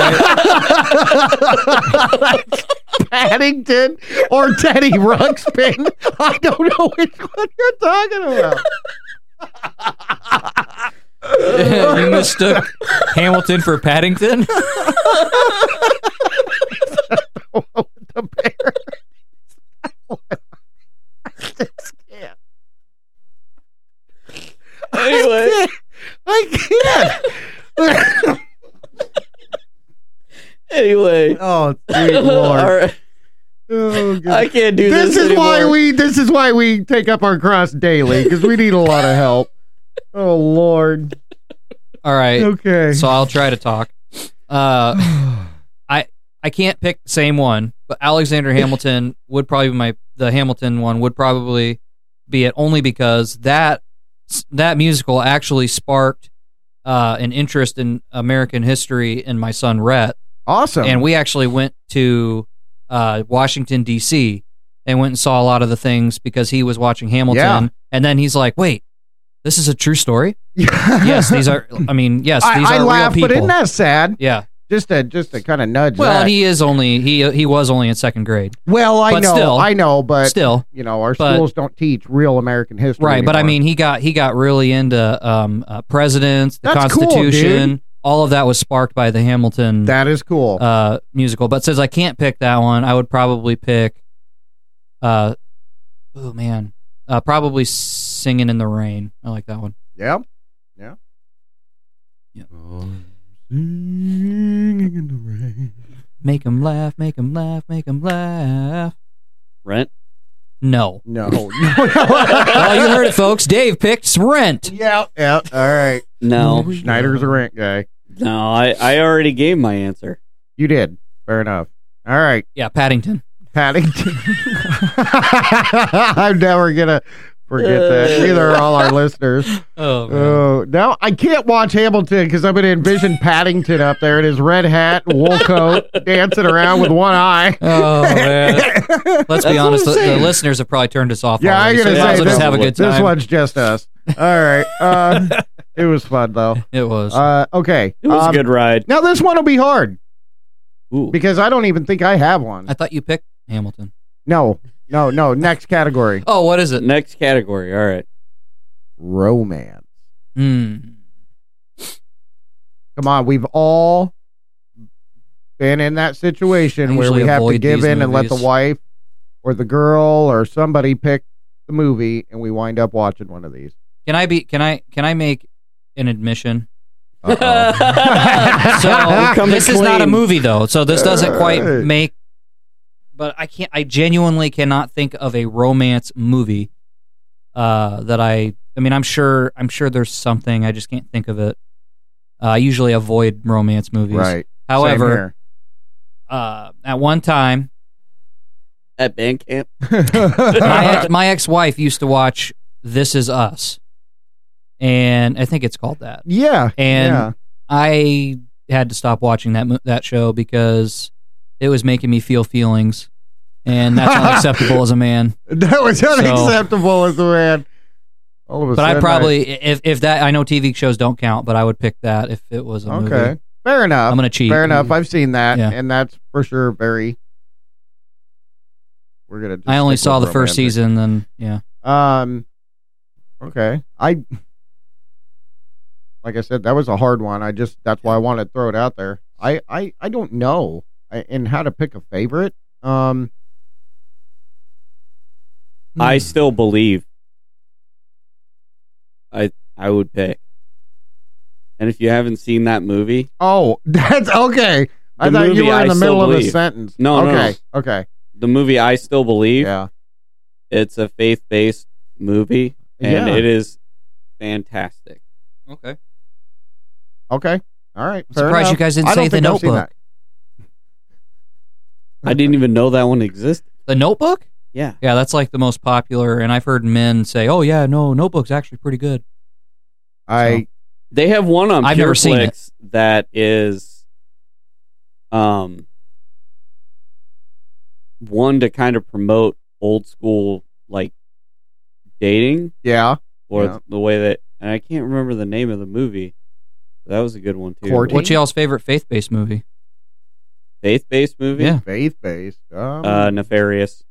[SPEAKER 2] Paddington or Teddy Ruxpin. I don't know which one you're talking about.
[SPEAKER 3] you mistook Hamilton for Paddington.
[SPEAKER 2] Oh, the bear. I just can't.
[SPEAKER 1] Anyway,
[SPEAKER 2] I can't.
[SPEAKER 1] anyway.
[SPEAKER 2] oh, sweet
[SPEAKER 1] All
[SPEAKER 2] lord.
[SPEAKER 1] right.
[SPEAKER 2] Oh, God.
[SPEAKER 1] I can't do this.
[SPEAKER 2] this is why
[SPEAKER 1] anymore.
[SPEAKER 2] we this is why we take up our cross daily because we need a lot of help. Oh Lord.
[SPEAKER 3] All right,
[SPEAKER 2] Okay.
[SPEAKER 3] so I'll try to talk. Uh, I can't pick the same one, but Alexander Hamilton would probably be my the Hamilton one would probably be it only because that that musical actually sparked uh, an interest in American history in my son Rhett,
[SPEAKER 2] awesome.
[SPEAKER 3] and we actually went to uh, Washington D.C. and went and saw a lot of the things because he was watching Hamilton,
[SPEAKER 2] Yeah.
[SPEAKER 3] and then he's like, "Wait, this is a true story? Yes, these are. I mean, yes,
[SPEAKER 2] I,
[SPEAKER 3] these
[SPEAKER 2] I
[SPEAKER 3] are
[SPEAKER 2] laugh, but
[SPEAKER 3] real people.
[SPEAKER 2] isn't that sad?
[SPEAKER 3] yeah.
[SPEAKER 2] Just to just to kind of nudge.
[SPEAKER 3] Well,
[SPEAKER 2] that.
[SPEAKER 3] and he is only he he was only in second grade.
[SPEAKER 2] well, I
[SPEAKER 3] but
[SPEAKER 2] know,
[SPEAKER 3] still-
[SPEAKER 2] I know, but
[SPEAKER 3] Still,
[SPEAKER 2] you know, our
[SPEAKER 3] but-
[SPEAKER 2] schools don't teach real American history.
[SPEAKER 3] right but i
[SPEAKER 2] anymore.
[SPEAKER 3] mean he got he got really into um, uh, presidents the
[SPEAKER 2] That's cool,
[SPEAKER 3] constitution all of that was sparked by the hamilton
[SPEAKER 2] that is cool.
[SPEAKER 3] uh, musical but since i can't pick that one i would probably pick uh, oh man uh, probably singing in the rain i like that one
[SPEAKER 2] yeah, yeah,
[SPEAKER 3] Yeah.
[SPEAKER 2] Singing in the rain.
[SPEAKER 3] make him laugh make him laugh make him laugh
[SPEAKER 1] Rent.
[SPEAKER 3] no
[SPEAKER 2] No, no.
[SPEAKER 3] well you heard it folks dave picked some rent
[SPEAKER 2] yeah, yeah. All right.
[SPEAKER 1] No,
[SPEAKER 2] Schneider's a rent guy.
[SPEAKER 1] no. I, I already gave my answer.
[SPEAKER 2] You did. Fair enough. All right,
[SPEAKER 3] yeah paddington
[SPEAKER 2] Paddington. I'm never gonna forget that. Neither are all our listeners.
[SPEAKER 3] oh
[SPEAKER 2] Oh, now I can't watch Hamilton because I'm going to envision Paddington up there in his red hat and wool coat dancing around with one eye.
[SPEAKER 3] Oh man! Let's
[SPEAKER 1] That's
[SPEAKER 3] be
[SPEAKER 1] what
[SPEAKER 3] honest.
[SPEAKER 1] I'm
[SPEAKER 3] The, the
[SPEAKER 1] saying.
[SPEAKER 3] listeners have probably turned us off.
[SPEAKER 2] Yeah, I'm going
[SPEAKER 3] already, so
[SPEAKER 2] to say
[SPEAKER 3] might as well
[SPEAKER 2] this,
[SPEAKER 3] just have a good
[SPEAKER 2] this
[SPEAKER 3] time.
[SPEAKER 2] one's just us. All right. Uh, it was fun, though.
[SPEAKER 3] It was.
[SPEAKER 2] Uh, okay.
[SPEAKER 1] It was
[SPEAKER 2] Um,
[SPEAKER 1] a good ride.
[SPEAKER 2] Now, this one will be hard
[SPEAKER 1] Ooh.
[SPEAKER 2] because I don't even think I have one.
[SPEAKER 3] I thought you picked Hamilton.
[SPEAKER 2] No, no, no. Next category
[SPEAKER 3] Oh, what is it?
[SPEAKER 1] Next category. All right.
[SPEAKER 2] romance.
[SPEAKER 3] Hmm.
[SPEAKER 2] Come on. We've all been in that situation
[SPEAKER 3] I
[SPEAKER 2] where we
[SPEAKER 3] usually
[SPEAKER 2] have to
[SPEAKER 3] avoid
[SPEAKER 2] give
[SPEAKER 3] these
[SPEAKER 2] in and let the
[SPEAKER 3] movies.
[SPEAKER 2] wife or the girl or somebody pick the movie and we wind up watching one of these.
[SPEAKER 3] Can I be? Can I? Can I make an admission?
[SPEAKER 2] Uh-oh.
[SPEAKER 3] So
[SPEAKER 1] coming
[SPEAKER 3] this is not a
[SPEAKER 1] clean.
[SPEAKER 3] movie though. So this doesn't quite
[SPEAKER 2] Hey.
[SPEAKER 3] make. But I can't. I genuinely cannot think of a romance movie. Uh, that I. I mean, I'm sure. I'm sure there's something. I just can't think of it. Uh, I usually avoid romance movies.
[SPEAKER 2] right.
[SPEAKER 3] However,
[SPEAKER 2] Same
[SPEAKER 3] uh, at one time,
[SPEAKER 1] At band camp.
[SPEAKER 3] my, ex,
[SPEAKER 2] here.
[SPEAKER 3] my ex-wife used to watch This Is Us, and I think it's called that.
[SPEAKER 2] yeah.
[SPEAKER 3] And
[SPEAKER 2] yeah.
[SPEAKER 3] I had to stop watching that mo- that show because it was making me feel feelings, and that's unacceptable as a man.
[SPEAKER 2] That was unacceptable as a man. All of a
[SPEAKER 3] But I
[SPEAKER 2] sudden,
[SPEAKER 3] probably if if that I know TV shows don't count, but I would pick that if it was a movie.
[SPEAKER 2] okay. Fair enough.
[SPEAKER 3] I'm gonna cheat.
[SPEAKER 2] Fair enough. I've seen that,
[SPEAKER 3] Yeah.
[SPEAKER 2] and that's for sure very. We're gonna. just
[SPEAKER 3] I only
[SPEAKER 2] stick
[SPEAKER 3] saw the
[SPEAKER 2] with
[SPEAKER 3] first
[SPEAKER 2] romantic.
[SPEAKER 3] season, then yeah.
[SPEAKER 2] Um. Okay. I. Like I said, that was a hard one. I just that's why I wanted to throw it out there. I I I don't know I, and how to pick a favorite. Um. Hmm.
[SPEAKER 1] I still believe. I I would pick. And if you haven't seen that movie,
[SPEAKER 2] Oh, that's okay. I
[SPEAKER 1] The
[SPEAKER 2] thought you
[SPEAKER 1] movie
[SPEAKER 2] were in
[SPEAKER 1] I
[SPEAKER 2] the
[SPEAKER 1] Still
[SPEAKER 2] middle of a
[SPEAKER 1] Believe.
[SPEAKER 2] sentence.
[SPEAKER 1] No, no.
[SPEAKER 2] Okay. Okay.
[SPEAKER 1] the movie I still believe,
[SPEAKER 2] Yeah.
[SPEAKER 1] it's a faith based movie, and
[SPEAKER 2] yeah.
[SPEAKER 1] it is fantastic.
[SPEAKER 3] okay.
[SPEAKER 2] okay. All right.
[SPEAKER 3] I'm
[SPEAKER 2] Fair
[SPEAKER 3] surprised
[SPEAKER 2] enough.
[SPEAKER 3] you guys didn't
[SPEAKER 2] I don't
[SPEAKER 3] say The
[SPEAKER 2] think I've seen
[SPEAKER 3] Notebook.
[SPEAKER 1] I didn't even know that one existed.
[SPEAKER 3] The Notebook?
[SPEAKER 1] Yeah,
[SPEAKER 3] Yeah, that's like the most popular, and I've heard men say, "Oh yeah, no, Notebook's actually pretty good."
[SPEAKER 2] I
[SPEAKER 1] They have one on
[SPEAKER 3] I've never seen it.
[SPEAKER 1] Pureflix that is um one to kind of promote old school like dating
[SPEAKER 2] Yeah.
[SPEAKER 1] or
[SPEAKER 2] Yeah.
[SPEAKER 1] the way that and I can't remember the name of the movie. That was a good one too.
[SPEAKER 2] Courting?
[SPEAKER 3] What's y'all's favorite faith based movie?
[SPEAKER 1] Faith based movie?
[SPEAKER 3] Yeah.
[SPEAKER 2] Faith based. Um,
[SPEAKER 1] Uh Nefarious.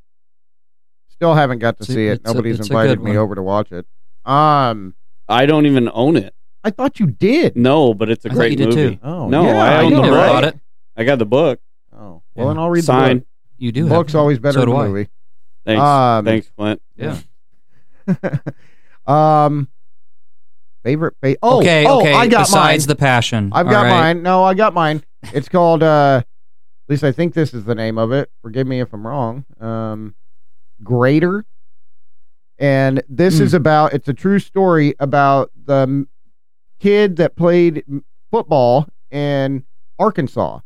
[SPEAKER 2] still haven't got to
[SPEAKER 3] it's a-
[SPEAKER 2] see it.
[SPEAKER 3] it's a-
[SPEAKER 2] Nobody's
[SPEAKER 3] it's a
[SPEAKER 2] invited
[SPEAKER 3] good
[SPEAKER 2] me
[SPEAKER 3] one.
[SPEAKER 2] over to watch it. Um,
[SPEAKER 1] I don't even own it.
[SPEAKER 2] I thought you did.
[SPEAKER 1] No, but it's a
[SPEAKER 3] I thought
[SPEAKER 1] great
[SPEAKER 3] you did,
[SPEAKER 1] movie.
[SPEAKER 3] too.
[SPEAKER 2] Oh
[SPEAKER 1] No,
[SPEAKER 2] yeah,
[SPEAKER 1] I
[SPEAKER 2] I
[SPEAKER 1] own
[SPEAKER 2] know,
[SPEAKER 1] the book.
[SPEAKER 3] never
[SPEAKER 2] right?
[SPEAKER 3] bought it.
[SPEAKER 1] I got the book.
[SPEAKER 2] Oh, well,
[SPEAKER 3] Yeah.
[SPEAKER 2] then I'll read the
[SPEAKER 1] Signed.
[SPEAKER 2] book.
[SPEAKER 3] You do. have
[SPEAKER 2] Book's
[SPEAKER 3] it.
[SPEAKER 2] always better
[SPEAKER 3] So
[SPEAKER 2] than
[SPEAKER 3] do I.
[SPEAKER 2] movie.
[SPEAKER 1] Thanks.
[SPEAKER 3] Uh,
[SPEAKER 2] Um,
[SPEAKER 1] Thanks, Clint.
[SPEAKER 3] Yeah.
[SPEAKER 2] um, favorite. Fa- oh,
[SPEAKER 3] okay.
[SPEAKER 2] oh,
[SPEAKER 3] okay.
[SPEAKER 2] I got
[SPEAKER 3] Besides
[SPEAKER 2] mine.
[SPEAKER 3] the passion.
[SPEAKER 2] I've
[SPEAKER 3] all
[SPEAKER 2] got
[SPEAKER 3] right?
[SPEAKER 2] mine. No, I got mine. It's called. uh At least I think this is the name of it. Forgive me if I'm wrong. Um, Greater. And this
[SPEAKER 3] Hmm.
[SPEAKER 2] is about. It's a true story about the m- kid that played m- football in Arkansas,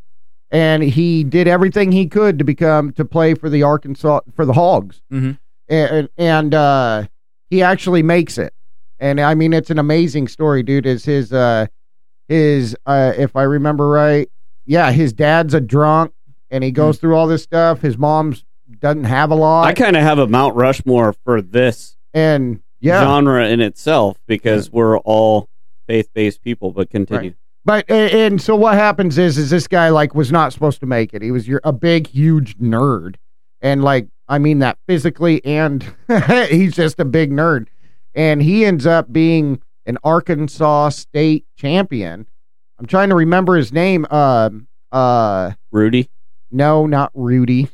[SPEAKER 2] and he did everything he could to become to play for the Arkansas for the Hogs,
[SPEAKER 3] Mhm.
[SPEAKER 2] and and uh, he actually makes it. And I mean, it's an amazing story, dude. Is his uh, his uh, if I remember right, yeah, his dad's a drunk, and he goes through all this stuff. His mom's doesn't have a lot,
[SPEAKER 1] I kind of have a Mount Rushmore for this
[SPEAKER 2] and yeah,
[SPEAKER 1] genre in itself because we're all faith-based people. But continue.
[SPEAKER 2] But a- and so what happens is is this guy like was not supposed to make it. He was your a big huge nerd, and like I mean that physically, and he's just a big nerd, and he ends up being an Arkansas state champion. I'm trying to remember his name. Um, uh,
[SPEAKER 1] Rudy.
[SPEAKER 2] no, not Rudy.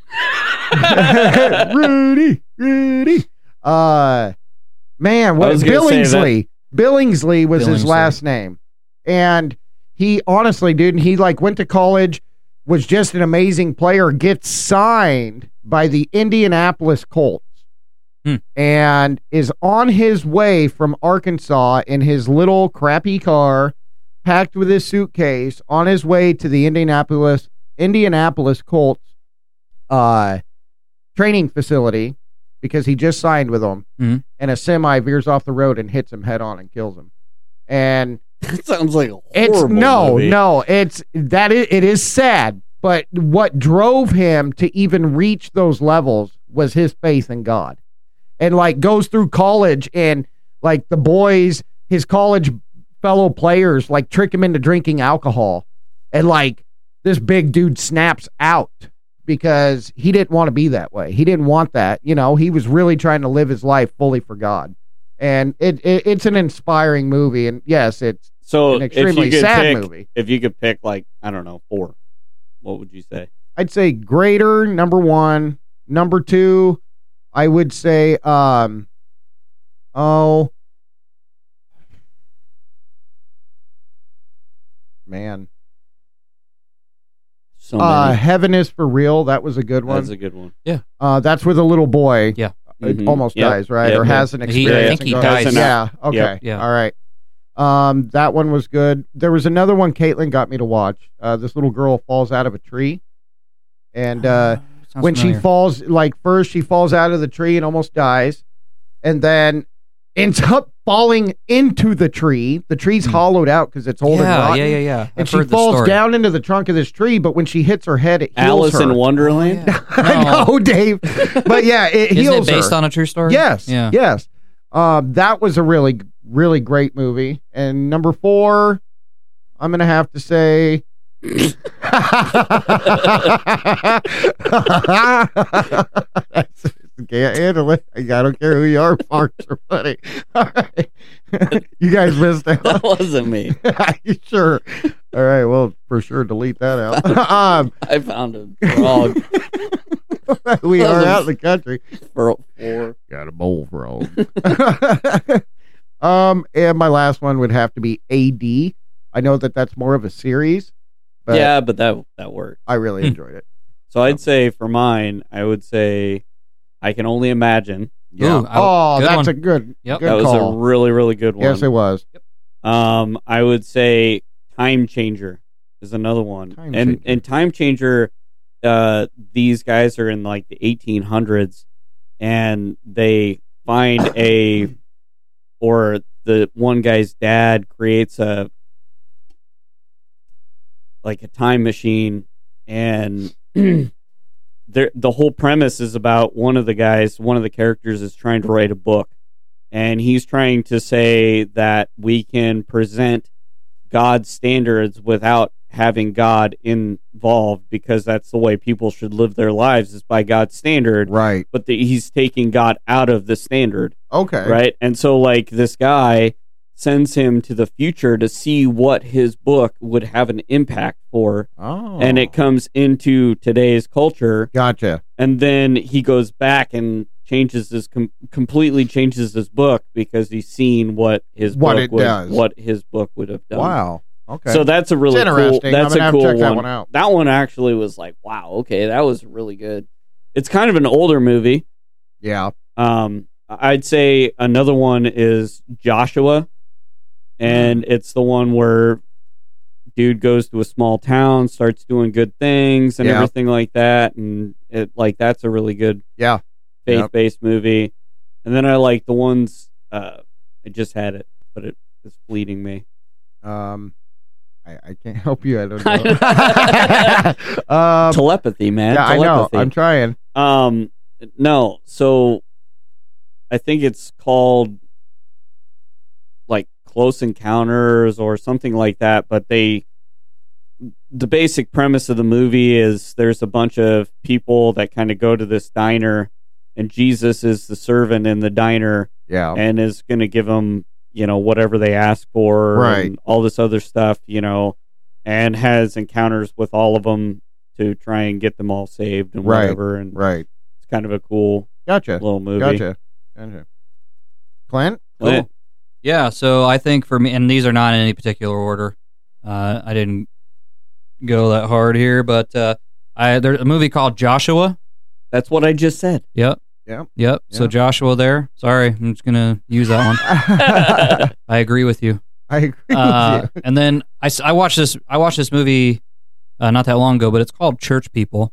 [SPEAKER 2] Rudy, Rudy. Uh, man, what
[SPEAKER 1] was gonna say that-
[SPEAKER 2] Billingsley? Billingsley was his
[SPEAKER 3] Billingsley.
[SPEAKER 2] last name, and he honestly, dude, he like went to college, was just an amazing player. Gets signed by the Indianapolis Colts,
[SPEAKER 3] Hmm.
[SPEAKER 2] and is on his way from Arkansas in his little crappy car, packed with his suitcase, on his way to the Indianapolis Indianapolis Colts uh, training facility because he just signed with them,
[SPEAKER 3] Mhm.
[SPEAKER 2] and a semi veers off the road and hits him head on and kills him. And
[SPEAKER 1] that sounds like a horrible
[SPEAKER 2] it's no,
[SPEAKER 1] movie.
[SPEAKER 2] no, it's that is, it is sad, but what drove him to even reach those levels was his faith in God, and like goes through college and like the boys, his college fellow players, like trick him into drinking alcohol, and like this big dude snaps out because he didn't want to be that way. He didn't want that. You know, he was really trying to live his life fully for God. And it, it it's an inspiring movie. And yes, it's
[SPEAKER 1] So
[SPEAKER 2] an extremely
[SPEAKER 1] Oh, if you could
[SPEAKER 2] sad
[SPEAKER 1] pick,
[SPEAKER 2] movie.
[SPEAKER 1] if you could pick like I don't know four, what would you say?
[SPEAKER 2] I'd say greater number one. Number two, I would say um oh man.
[SPEAKER 1] So
[SPEAKER 2] Uh
[SPEAKER 1] many.
[SPEAKER 2] Heaven is for real. That was a good one.
[SPEAKER 1] Oh, That's a good one.
[SPEAKER 2] uh that's where the little boy
[SPEAKER 3] Yeah.
[SPEAKER 1] Mhm.
[SPEAKER 2] it almost
[SPEAKER 1] Yep.
[SPEAKER 2] dies, right?
[SPEAKER 1] Yep.
[SPEAKER 2] Or has an
[SPEAKER 3] He- I
[SPEAKER 2] experience.
[SPEAKER 1] think
[SPEAKER 2] and
[SPEAKER 1] he
[SPEAKER 2] goes-
[SPEAKER 1] dies. That's
[SPEAKER 2] Yeah.
[SPEAKER 1] enough.
[SPEAKER 2] Okay.
[SPEAKER 1] Yep.
[SPEAKER 3] Yeah.
[SPEAKER 2] All right. Um, that one was good. There was another one Caitlin got me to watch. Uh, this little girl falls out of a tree, and uh,
[SPEAKER 3] Sounds
[SPEAKER 2] when she
[SPEAKER 3] familiar.
[SPEAKER 2] falls, like first she falls out of the tree and almost dies, and then ends up falling into the tree. The tree's
[SPEAKER 3] Hmm.
[SPEAKER 2] hollowed out because it's old and
[SPEAKER 3] yeah,
[SPEAKER 2] rotten.
[SPEAKER 3] yeah, yeah, yeah.
[SPEAKER 2] And
[SPEAKER 3] I've
[SPEAKER 2] she
[SPEAKER 3] heard the
[SPEAKER 2] falls
[SPEAKER 3] story.
[SPEAKER 2] down into the trunk of this tree, but when she hits her head, it heals
[SPEAKER 1] Alice
[SPEAKER 2] her.
[SPEAKER 1] in Wonderland.
[SPEAKER 3] Yeah.
[SPEAKER 2] I
[SPEAKER 3] No.
[SPEAKER 2] know, Dave. But yeah, it
[SPEAKER 3] Isn't
[SPEAKER 2] heals
[SPEAKER 3] it based
[SPEAKER 2] her.
[SPEAKER 3] on a true story?
[SPEAKER 2] Yes.
[SPEAKER 3] Yeah.
[SPEAKER 2] Yes. Um, that was a really, really great movie. And number four, I'm gonna have to say. Can't handle it. I don't care who you are, farts are funny. All right. you guys missed
[SPEAKER 1] That
[SPEAKER 2] out.
[SPEAKER 1] wasn't me.
[SPEAKER 2] sure. All right. Well, for sure, delete that out. um,
[SPEAKER 1] I found a frog
[SPEAKER 2] we are out in the country.
[SPEAKER 1] for four.
[SPEAKER 2] Got a bowl frog. um, and my last one would have to be AD. I know that that's more of a series, but
[SPEAKER 1] yeah, but that that worked.
[SPEAKER 2] I really
[SPEAKER 3] Hmm.
[SPEAKER 2] enjoyed it.
[SPEAKER 1] So I'd say for mine, I would say I can only imagine.
[SPEAKER 3] Ooh, I-
[SPEAKER 2] oh,
[SPEAKER 3] good
[SPEAKER 2] that's
[SPEAKER 3] one.
[SPEAKER 2] a good,
[SPEAKER 3] Yep.
[SPEAKER 2] good
[SPEAKER 1] that was a
[SPEAKER 2] call.
[SPEAKER 1] really really good one.
[SPEAKER 2] yes, it was.
[SPEAKER 1] Um, I would say Time Changer is another one,
[SPEAKER 2] Time
[SPEAKER 1] and
[SPEAKER 2] Changer.
[SPEAKER 1] and Time Changer, uh, these guys are in like the 1800s, and they find a, or the one guy's dad creates a like a time machine and there the whole premise is about one of the guys, one of the characters is trying to write a book and he's trying to say that we can present God's standards without having God involved because that's the way people should live their lives is by God's standard
[SPEAKER 2] Right.
[SPEAKER 1] but the, he's taking God out of the standard,
[SPEAKER 2] Okay.
[SPEAKER 1] right? And so, like, this guy sends him to the future to see what his book would have an impact for.
[SPEAKER 2] Oh.
[SPEAKER 1] And it comes into today's culture.
[SPEAKER 2] Gotcha.
[SPEAKER 1] And then he goes back and changes his, com- completely changes his book because he's seen what his
[SPEAKER 2] What
[SPEAKER 1] book
[SPEAKER 2] it
[SPEAKER 1] would,
[SPEAKER 2] does.
[SPEAKER 1] what his book would have done.
[SPEAKER 2] Wow. Okay.
[SPEAKER 1] So that's a really
[SPEAKER 2] It's
[SPEAKER 1] cool.
[SPEAKER 2] interesting. I'm
[SPEAKER 1] That's
[SPEAKER 2] gonna
[SPEAKER 1] a
[SPEAKER 2] have to
[SPEAKER 1] cool
[SPEAKER 2] check
[SPEAKER 1] one.
[SPEAKER 2] that one out.
[SPEAKER 1] That one actually was like, wow, okay, that was really good. It's kind of an older movie.
[SPEAKER 2] yeah.
[SPEAKER 1] Um, I'd say another one is Joshua,
[SPEAKER 2] Mm.
[SPEAKER 1] and it's the one where dude goes to a small town, starts doing good things and
[SPEAKER 2] Yeah.
[SPEAKER 1] everything like that, and it like that's a really good
[SPEAKER 2] Yeah.
[SPEAKER 1] faith based movie. And then I like the ones uh, I just had it, but it is fleeting me.
[SPEAKER 2] Um, I, I can't help you. I don't know. um,
[SPEAKER 1] telepathy, man.
[SPEAKER 2] yeah, I know.
[SPEAKER 1] telepathy.
[SPEAKER 2] I'm trying.
[SPEAKER 1] Um, no. So I think it's called like Close Encounters or something like that. But they, the basic premise of the movie is there's a bunch of people that kind of go to this diner, and Jesus is the servant in the diner
[SPEAKER 2] Yeah.
[SPEAKER 1] and is going to give them, you know, whatever they ask for,
[SPEAKER 2] Right.
[SPEAKER 1] And all this other stuff, you know, and has encounters with all of them to try and get them all saved and
[SPEAKER 2] Right.
[SPEAKER 1] whatever. And
[SPEAKER 2] right.
[SPEAKER 1] it's kind of a cool
[SPEAKER 2] Gotcha.
[SPEAKER 1] little movie.
[SPEAKER 2] Gotcha. Gotcha. Clint.
[SPEAKER 1] Clint,
[SPEAKER 3] Yeah, so I think for me, and these are not in any particular order. Uh, I didn't go that hard here, but uh, I there's a movie called Joshua.
[SPEAKER 1] That's what I just said.
[SPEAKER 3] Yep.
[SPEAKER 2] Yep.
[SPEAKER 3] Yep. So
[SPEAKER 2] Yeah.
[SPEAKER 3] Joshua there. Sorry, I'm just gonna use that one.
[SPEAKER 2] I
[SPEAKER 3] I agree with you.
[SPEAKER 2] agree.
[SPEAKER 3] Uh,
[SPEAKER 2] with
[SPEAKER 3] and then I, s- I watched this I watched this movie uh, not that long ago, but it's called Church People.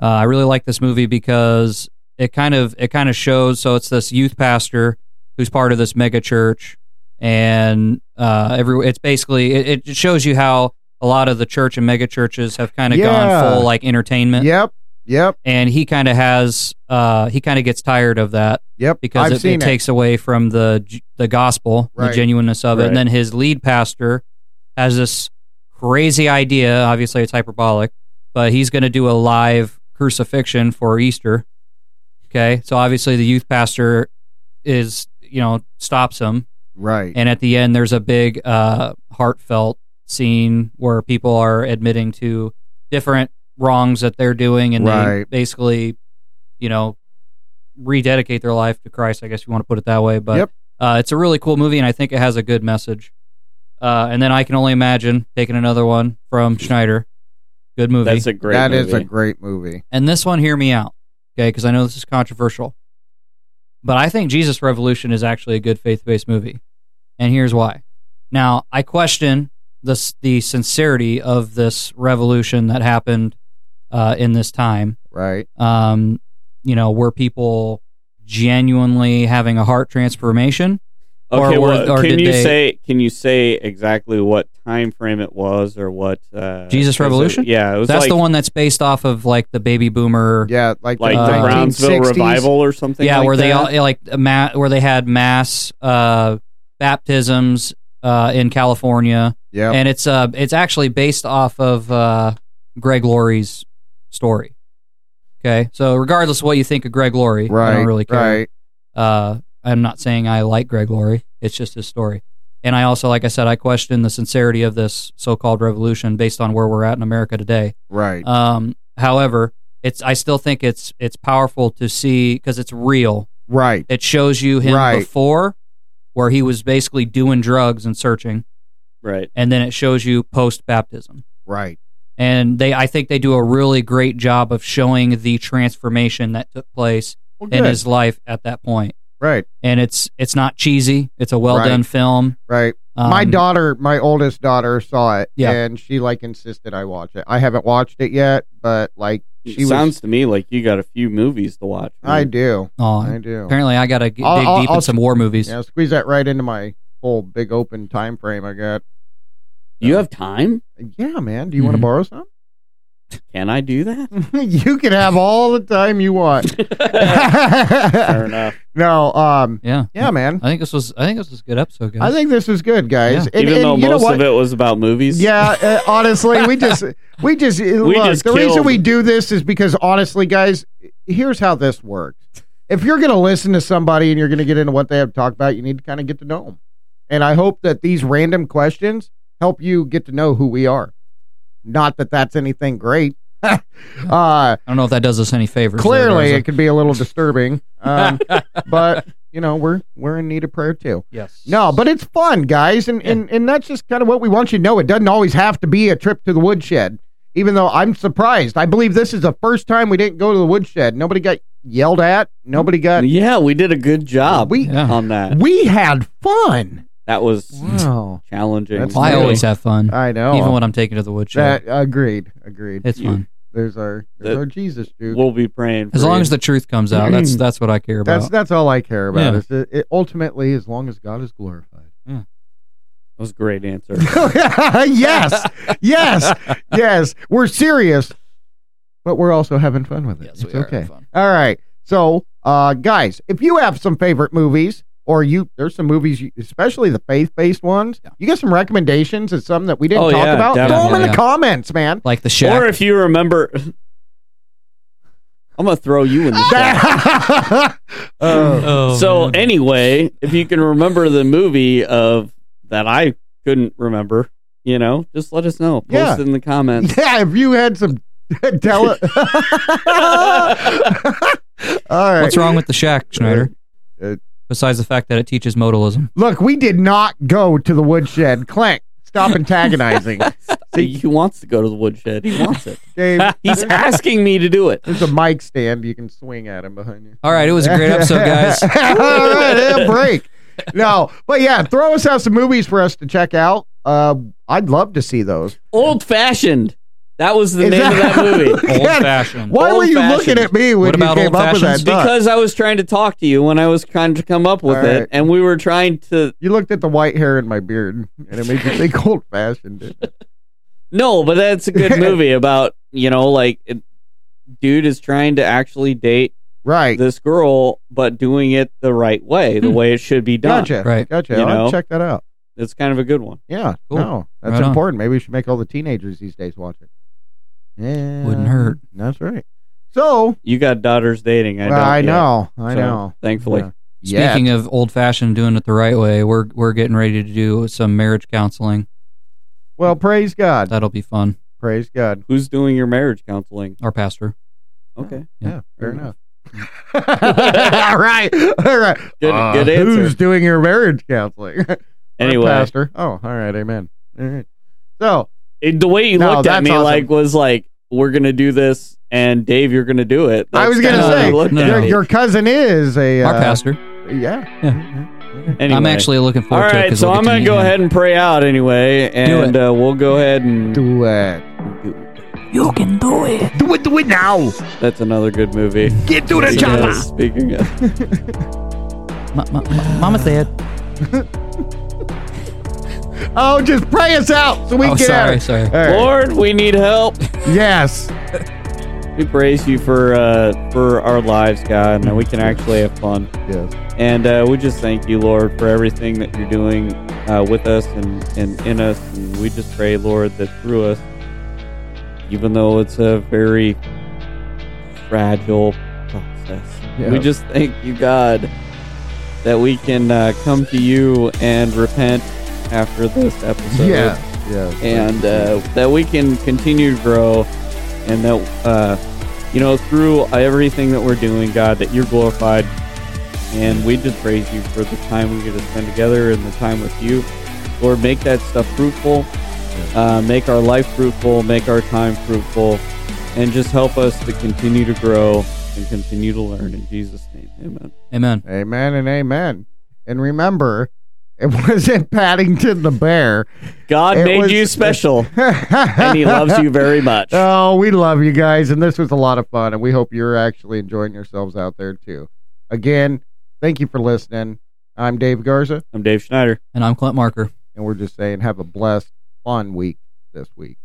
[SPEAKER 3] Uh, I really like this movie because it kind of it kind of shows. So it's this youth pastor who's part of this mega church, and uh, every it's basically it, it shows you how a lot of the church and mega churches have kind of
[SPEAKER 2] Yeah.
[SPEAKER 3] gone full like entertainment,
[SPEAKER 2] you. Yep. Yep.
[SPEAKER 3] and he kind of has uh, he kind of gets tired of that
[SPEAKER 2] Yep.
[SPEAKER 3] because
[SPEAKER 2] I've
[SPEAKER 3] it,
[SPEAKER 2] seen
[SPEAKER 3] it takes away from the g- the gospel,
[SPEAKER 2] Right.
[SPEAKER 3] the genuineness of it.
[SPEAKER 1] Right.
[SPEAKER 3] And then his lead pastor has this crazy idea. Obviously, it's hyperbolic, but he's going to do a live crucifixion for Easter. Okay, so obviously the youth pastor is you know stops him,
[SPEAKER 2] Right.
[SPEAKER 3] and at the end there's a big uh, heartfelt scene where people are admitting to different wrongs that they're doing, and they
[SPEAKER 2] Right.
[SPEAKER 3] basically, you know, rededicate their life to Christ. I guess if you want to put it that way. But
[SPEAKER 2] Yep.
[SPEAKER 3] uh, it's a really cool movie, and I think it has a good message. Uh, and then I can only imagine taking another one from Schneider. Good movie.
[SPEAKER 1] That's a great.
[SPEAKER 2] That is
[SPEAKER 1] movie.
[SPEAKER 2] a great movie.
[SPEAKER 3] And this one, hear me out, okay? Because I know this is controversial, but I think Jesus Revolution is actually a good faith-based movie, and here's why. Now, I question the s- the sincerity of this revolution that happened uh, in this time.
[SPEAKER 2] Right.
[SPEAKER 3] Um, you know, were people genuinely having a heart transformation? or
[SPEAKER 1] Okay,
[SPEAKER 3] were-
[SPEAKER 1] well,
[SPEAKER 3] or
[SPEAKER 1] can
[SPEAKER 3] did
[SPEAKER 1] you
[SPEAKER 3] they-
[SPEAKER 1] say can you say exactly what time frame it was or what uh,
[SPEAKER 3] Jesus
[SPEAKER 1] was it-
[SPEAKER 3] Revolution?
[SPEAKER 1] yeah, it was
[SPEAKER 3] That's
[SPEAKER 1] like,
[SPEAKER 3] the one that's based off of like the baby boomer.
[SPEAKER 2] Yeah. Like,
[SPEAKER 1] like
[SPEAKER 3] uh,
[SPEAKER 1] the Brownsville
[SPEAKER 2] 1960s.
[SPEAKER 1] revival or something.
[SPEAKER 3] yeah,
[SPEAKER 1] like
[SPEAKER 3] where they
[SPEAKER 1] that?
[SPEAKER 3] all like a ma- where they had mass uh, baptisms uh, in California,
[SPEAKER 2] Yep.
[SPEAKER 3] and it's uh it's actually based off of uh, Greg Laurie's story. Okay, so regardless of what you think of Greg Laurie,
[SPEAKER 2] right.
[SPEAKER 3] I don't really care.
[SPEAKER 2] Right.
[SPEAKER 3] Uh, I'm not saying I like Greg Laurie; it's just his story. And I also, like I said, I question the sincerity of this so-called revolution based on where we're at in America today.
[SPEAKER 2] Right.
[SPEAKER 3] Um, however, it's I still think it's it's powerful to see because it's real.
[SPEAKER 2] right.
[SPEAKER 3] It shows you him
[SPEAKER 2] Right.
[SPEAKER 3] before, where he was basically doing drugs and searching,
[SPEAKER 1] right.
[SPEAKER 3] and then it shows you post baptism.
[SPEAKER 2] Right.
[SPEAKER 3] And they, I think they do a really great job of showing the transformation that took place
[SPEAKER 2] Well,
[SPEAKER 3] in
[SPEAKER 2] good.
[SPEAKER 3] his life at that point.
[SPEAKER 2] right.
[SPEAKER 3] And it's it's not cheesy. It's a well
[SPEAKER 2] Right.
[SPEAKER 3] done film.
[SPEAKER 2] Right.
[SPEAKER 3] Um,
[SPEAKER 2] my daughter, my oldest daughter, saw it,
[SPEAKER 3] Yeah.
[SPEAKER 2] and she like insisted I watch it. I haven't watched it yet, but like she
[SPEAKER 1] It sounds
[SPEAKER 2] was,
[SPEAKER 1] to me like you got a few movies to watch.
[SPEAKER 2] I
[SPEAKER 1] man.
[SPEAKER 2] do,
[SPEAKER 3] Oh,
[SPEAKER 2] I do.
[SPEAKER 3] apparently, I gotta g- dig
[SPEAKER 2] I'll- I'll-
[SPEAKER 3] deep
[SPEAKER 2] I'll
[SPEAKER 3] in some war movies.
[SPEAKER 2] Yeah, squeeze that right into my full big open time frame I got.
[SPEAKER 1] You have time?
[SPEAKER 2] Yeah, man. Do you want to
[SPEAKER 3] Mhm.
[SPEAKER 2] borrow some?
[SPEAKER 1] Can I do that?
[SPEAKER 2] you can have all the time you want.
[SPEAKER 1] Fair enough.
[SPEAKER 2] no, um,
[SPEAKER 3] Yeah.
[SPEAKER 2] yeah, man.
[SPEAKER 3] I think this was I think this was a good episode, guys.
[SPEAKER 2] I think this was good, guys. And,
[SPEAKER 1] Even
[SPEAKER 2] and
[SPEAKER 1] though
[SPEAKER 2] you know
[SPEAKER 1] most
[SPEAKER 2] what?
[SPEAKER 1] of it was about movies.
[SPEAKER 2] Yeah, uh, honestly, we just we just look.
[SPEAKER 1] just
[SPEAKER 2] the reason
[SPEAKER 1] killed-
[SPEAKER 2] we do this is because honestly, guys, here's how this works. If you're going to listen to somebody and you're going to get into what they have to talk about, you need to kind of get to know them. And I hope that these random questions help you get to know who we are. Not that that's anything great. uh,
[SPEAKER 3] I don't know if that does us any favors. there,
[SPEAKER 2] clearly, it
[SPEAKER 3] Garza.
[SPEAKER 2] could be a little disturbing, um, but you know we're we're in need of prayer too.
[SPEAKER 3] yes.
[SPEAKER 2] No, but it's fun, guys, and, and and that's just kind of what we want you to know. It doesn't always have to be a trip to the woodshed. Even though I'm surprised, I believe this is the first time we didn't go to the woodshed. Nobody got yelled at. Nobody got.
[SPEAKER 1] Yeah, we did a good job
[SPEAKER 2] We
[SPEAKER 3] Yeah. Mm.
[SPEAKER 1] on that.
[SPEAKER 2] we had fun.
[SPEAKER 1] That was
[SPEAKER 2] Wow,
[SPEAKER 1] challenging.
[SPEAKER 2] That's
[SPEAKER 3] I
[SPEAKER 2] Really?
[SPEAKER 3] always have fun,
[SPEAKER 2] I know.
[SPEAKER 3] even when I'm taking to the woodshed.
[SPEAKER 2] that agreed, agreed.
[SPEAKER 3] It's
[SPEAKER 1] You-
[SPEAKER 3] fun
[SPEAKER 2] there's our there's
[SPEAKER 1] That-
[SPEAKER 2] our Jesus dude.
[SPEAKER 1] We'll be praying. For
[SPEAKER 3] as long
[SPEAKER 1] you.
[SPEAKER 3] as the truth comes out. That's that's what I care
[SPEAKER 2] that's
[SPEAKER 3] about.
[SPEAKER 2] that's all I care about.
[SPEAKER 3] Yeah.
[SPEAKER 2] Is that it, ultimately, as long as God is glorified.
[SPEAKER 1] that was a great answer.
[SPEAKER 2] yes, yes, yes. We're serious, but we're also having fun with it.
[SPEAKER 3] Yes,
[SPEAKER 2] it's
[SPEAKER 3] we are
[SPEAKER 2] okay.
[SPEAKER 3] having fun.
[SPEAKER 2] All right. So, uh, guys, if you have some favorite movies, or you there's some movies, you, especially the faith based ones,
[SPEAKER 3] Yeah.
[SPEAKER 2] you got some recommendations of some that we didn't
[SPEAKER 1] Oh,
[SPEAKER 2] talk
[SPEAKER 1] yeah,
[SPEAKER 2] about. Throw them in
[SPEAKER 3] definitely.
[SPEAKER 2] the
[SPEAKER 3] Yeah.
[SPEAKER 2] comments, man.
[SPEAKER 3] Like the shack.
[SPEAKER 1] or if you remember, I'm gonna throw you in the chat.
[SPEAKER 2] Uh,
[SPEAKER 3] Oh,
[SPEAKER 1] so
[SPEAKER 3] man.
[SPEAKER 1] anyway, if you can remember the movie of that I couldn't remember, you know, just let us know. Post
[SPEAKER 2] Yeah.
[SPEAKER 1] it in the comments.
[SPEAKER 2] yeah, if you had some, tell it. All right.
[SPEAKER 3] what's wrong with the shack, Schneider?
[SPEAKER 2] Uh,
[SPEAKER 3] Besides the fact that it teaches modalism.
[SPEAKER 2] Look, we did not go to the woodshed. Clank, stop antagonizing.
[SPEAKER 1] See, he wants to go to the woodshed. He wants it.
[SPEAKER 2] Dave,
[SPEAKER 1] He's asking me to do it.
[SPEAKER 2] there's a mic stand you can swing at him behind you.
[SPEAKER 3] All right, it was a great episode, guys.
[SPEAKER 2] All right, yeah, break. No, but yeah, throw us out some movies for us to check out. Uh, I'd love to see those.
[SPEAKER 1] Old fashioned. That was the
[SPEAKER 2] Is
[SPEAKER 1] name
[SPEAKER 2] that-
[SPEAKER 1] of that movie.
[SPEAKER 2] Yeah.
[SPEAKER 3] Old fashioned.
[SPEAKER 2] Why were you
[SPEAKER 1] Old-fashioned.
[SPEAKER 2] looking at me when
[SPEAKER 3] What about
[SPEAKER 2] you came up with that?
[SPEAKER 3] old-fashions?
[SPEAKER 2] duck?
[SPEAKER 1] Because I was trying to talk to you when I was trying to come up with
[SPEAKER 2] All right.
[SPEAKER 1] it, and we were trying to
[SPEAKER 2] you looked at the white hair in my beard, and it made you think old fashioned. didn't it?
[SPEAKER 1] no, but that's a good movie about you know like it, dude is trying to actually date
[SPEAKER 2] Right.
[SPEAKER 1] this girl, but doing it the right way, the
[SPEAKER 3] Hmm.
[SPEAKER 1] way it should be done.
[SPEAKER 2] Gotcha.
[SPEAKER 3] Right.
[SPEAKER 2] Gotcha.
[SPEAKER 1] You
[SPEAKER 2] I'll
[SPEAKER 1] know?
[SPEAKER 2] check that out.
[SPEAKER 1] It's kind of a good one.
[SPEAKER 2] Yeah.
[SPEAKER 3] Cool.
[SPEAKER 2] No, that's
[SPEAKER 3] Right on.
[SPEAKER 2] important. Maybe we should make all the teenagers these days watch it. Yeah.
[SPEAKER 3] Wouldn't hurt.
[SPEAKER 2] That's right. So
[SPEAKER 1] You got daughters dating. I,
[SPEAKER 2] I,
[SPEAKER 1] don't yet,
[SPEAKER 2] know. I
[SPEAKER 1] so,
[SPEAKER 2] know.
[SPEAKER 1] Thankfully,
[SPEAKER 2] Yeah.
[SPEAKER 3] Speaking of old fashioned doing it the right way, we're we're getting ready to do some marriage counseling.
[SPEAKER 2] Well, praise God.
[SPEAKER 3] That'll be fun.
[SPEAKER 2] Praise God.
[SPEAKER 1] who's doing your marriage counseling?
[SPEAKER 3] Our pastor.
[SPEAKER 1] Okay,
[SPEAKER 3] Yeah.
[SPEAKER 2] Yeah, fair
[SPEAKER 1] Fair
[SPEAKER 2] enough. all right, all right. Uh,
[SPEAKER 1] Good- good answer.
[SPEAKER 2] Who's doing your marriage counseling? Our
[SPEAKER 1] anyway,
[SPEAKER 2] pastor. Oh, all right, amen. All right. So,
[SPEAKER 1] it- the way you
[SPEAKER 2] No,
[SPEAKER 1] looked
[SPEAKER 2] that's
[SPEAKER 1] at me
[SPEAKER 2] awesome.
[SPEAKER 1] like was like, "We're gonna do this," and Dave, you're gonna do it.
[SPEAKER 2] I was
[SPEAKER 1] That's
[SPEAKER 2] gonna
[SPEAKER 1] kinda how
[SPEAKER 2] say,
[SPEAKER 1] you looked
[SPEAKER 3] no,
[SPEAKER 1] at
[SPEAKER 2] your,
[SPEAKER 1] me.
[SPEAKER 2] your cousin is a
[SPEAKER 3] Our
[SPEAKER 2] uh,
[SPEAKER 3] pastor.
[SPEAKER 2] Yeah.
[SPEAKER 1] Anyway.
[SPEAKER 3] I'm actually looking
[SPEAKER 1] All
[SPEAKER 3] forward to it.
[SPEAKER 1] right,
[SPEAKER 3] 'cause
[SPEAKER 1] so
[SPEAKER 3] we'll get
[SPEAKER 1] I'm
[SPEAKER 3] to
[SPEAKER 1] gonna
[SPEAKER 3] meet
[SPEAKER 1] go
[SPEAKER 3] him.
[SPEAKER 1] ahead and pray out anyway, and uh, we'll go ahead and
[SPEAKER 2] Do it.
[SPEAKER 4] You can do it.
[SPEAKER 2] Do it. Do it now.
[SPEAKER 1] that's another good movie.
[SPEAKER 2] Get to the
[SPEAKER 1] Speaking of-
[SPEAKER 2] job.
[SPEAKER 1] Speaking of.
[SPEAKER 3] Ma- ma- ma- Mama said.
[SPEAKER 2] Oh, just pray us out so we
[SPEAKER 3] Oh,
[SPEAKER 2] can get
[SPEAKER 3] sorry,
[SPEAKER 2] out.
[SPEAKER 3] sorry.
[SPEAKER 2] All right.
[SPEAKER 1] Lord, we need help.
[SPEAKER 2] Yes.
[SPEAKER 1] We praise you for uh, for our lives, God, and that we can actually have fun.
[SPEAKER 2] Yes.
[SPEAKER 1] And uh, we just thank you, Lord, for everything that you're doing uh, with us and, and in us. And we just pray, Lord, that through us, even though it's a very fragile process,
[SPEAKER 2] Yeah.
[SPEAKER 1] we just thank you, God, that we can uh, come to you and repent after this episode
[SPEAKER 2] yeah. Yes.
[SPEAKER 1] and uh, that we can continue to grow and that uh, you know through everything that we're doing god that you're glorified and we just praise you for the time we get to spend together and the time with you lord make that stuff fruitful uh, make our life fruitful make our time fruitful and just help us to continue to grow and continue to learn in jesus name amen
[SPEAKER 3] Amen.
[SPEAKER 2] Amen and amen. And remember, it wasn't Paddington the bear.
[SPEAKER 1] god
[SPEAKER 2] It
[SPEAKER 1] made
[SPEAKER 2] was-
[SPEAKER 1] you special Uh, and he loves you very much
[SPEAKER 2] Oh, we love you guys, and this was a lot of fun, and we hope you're actually enjoying yourselves out there too. Again, thank you for listening. I'm Dave Garza,
[SPEAKER 1] I'm Dave Schneider.
[SPEAKER 3] And I'm Clint Marker.
[SPEAKER 2] and we're just saying have a blessed, fun week this week.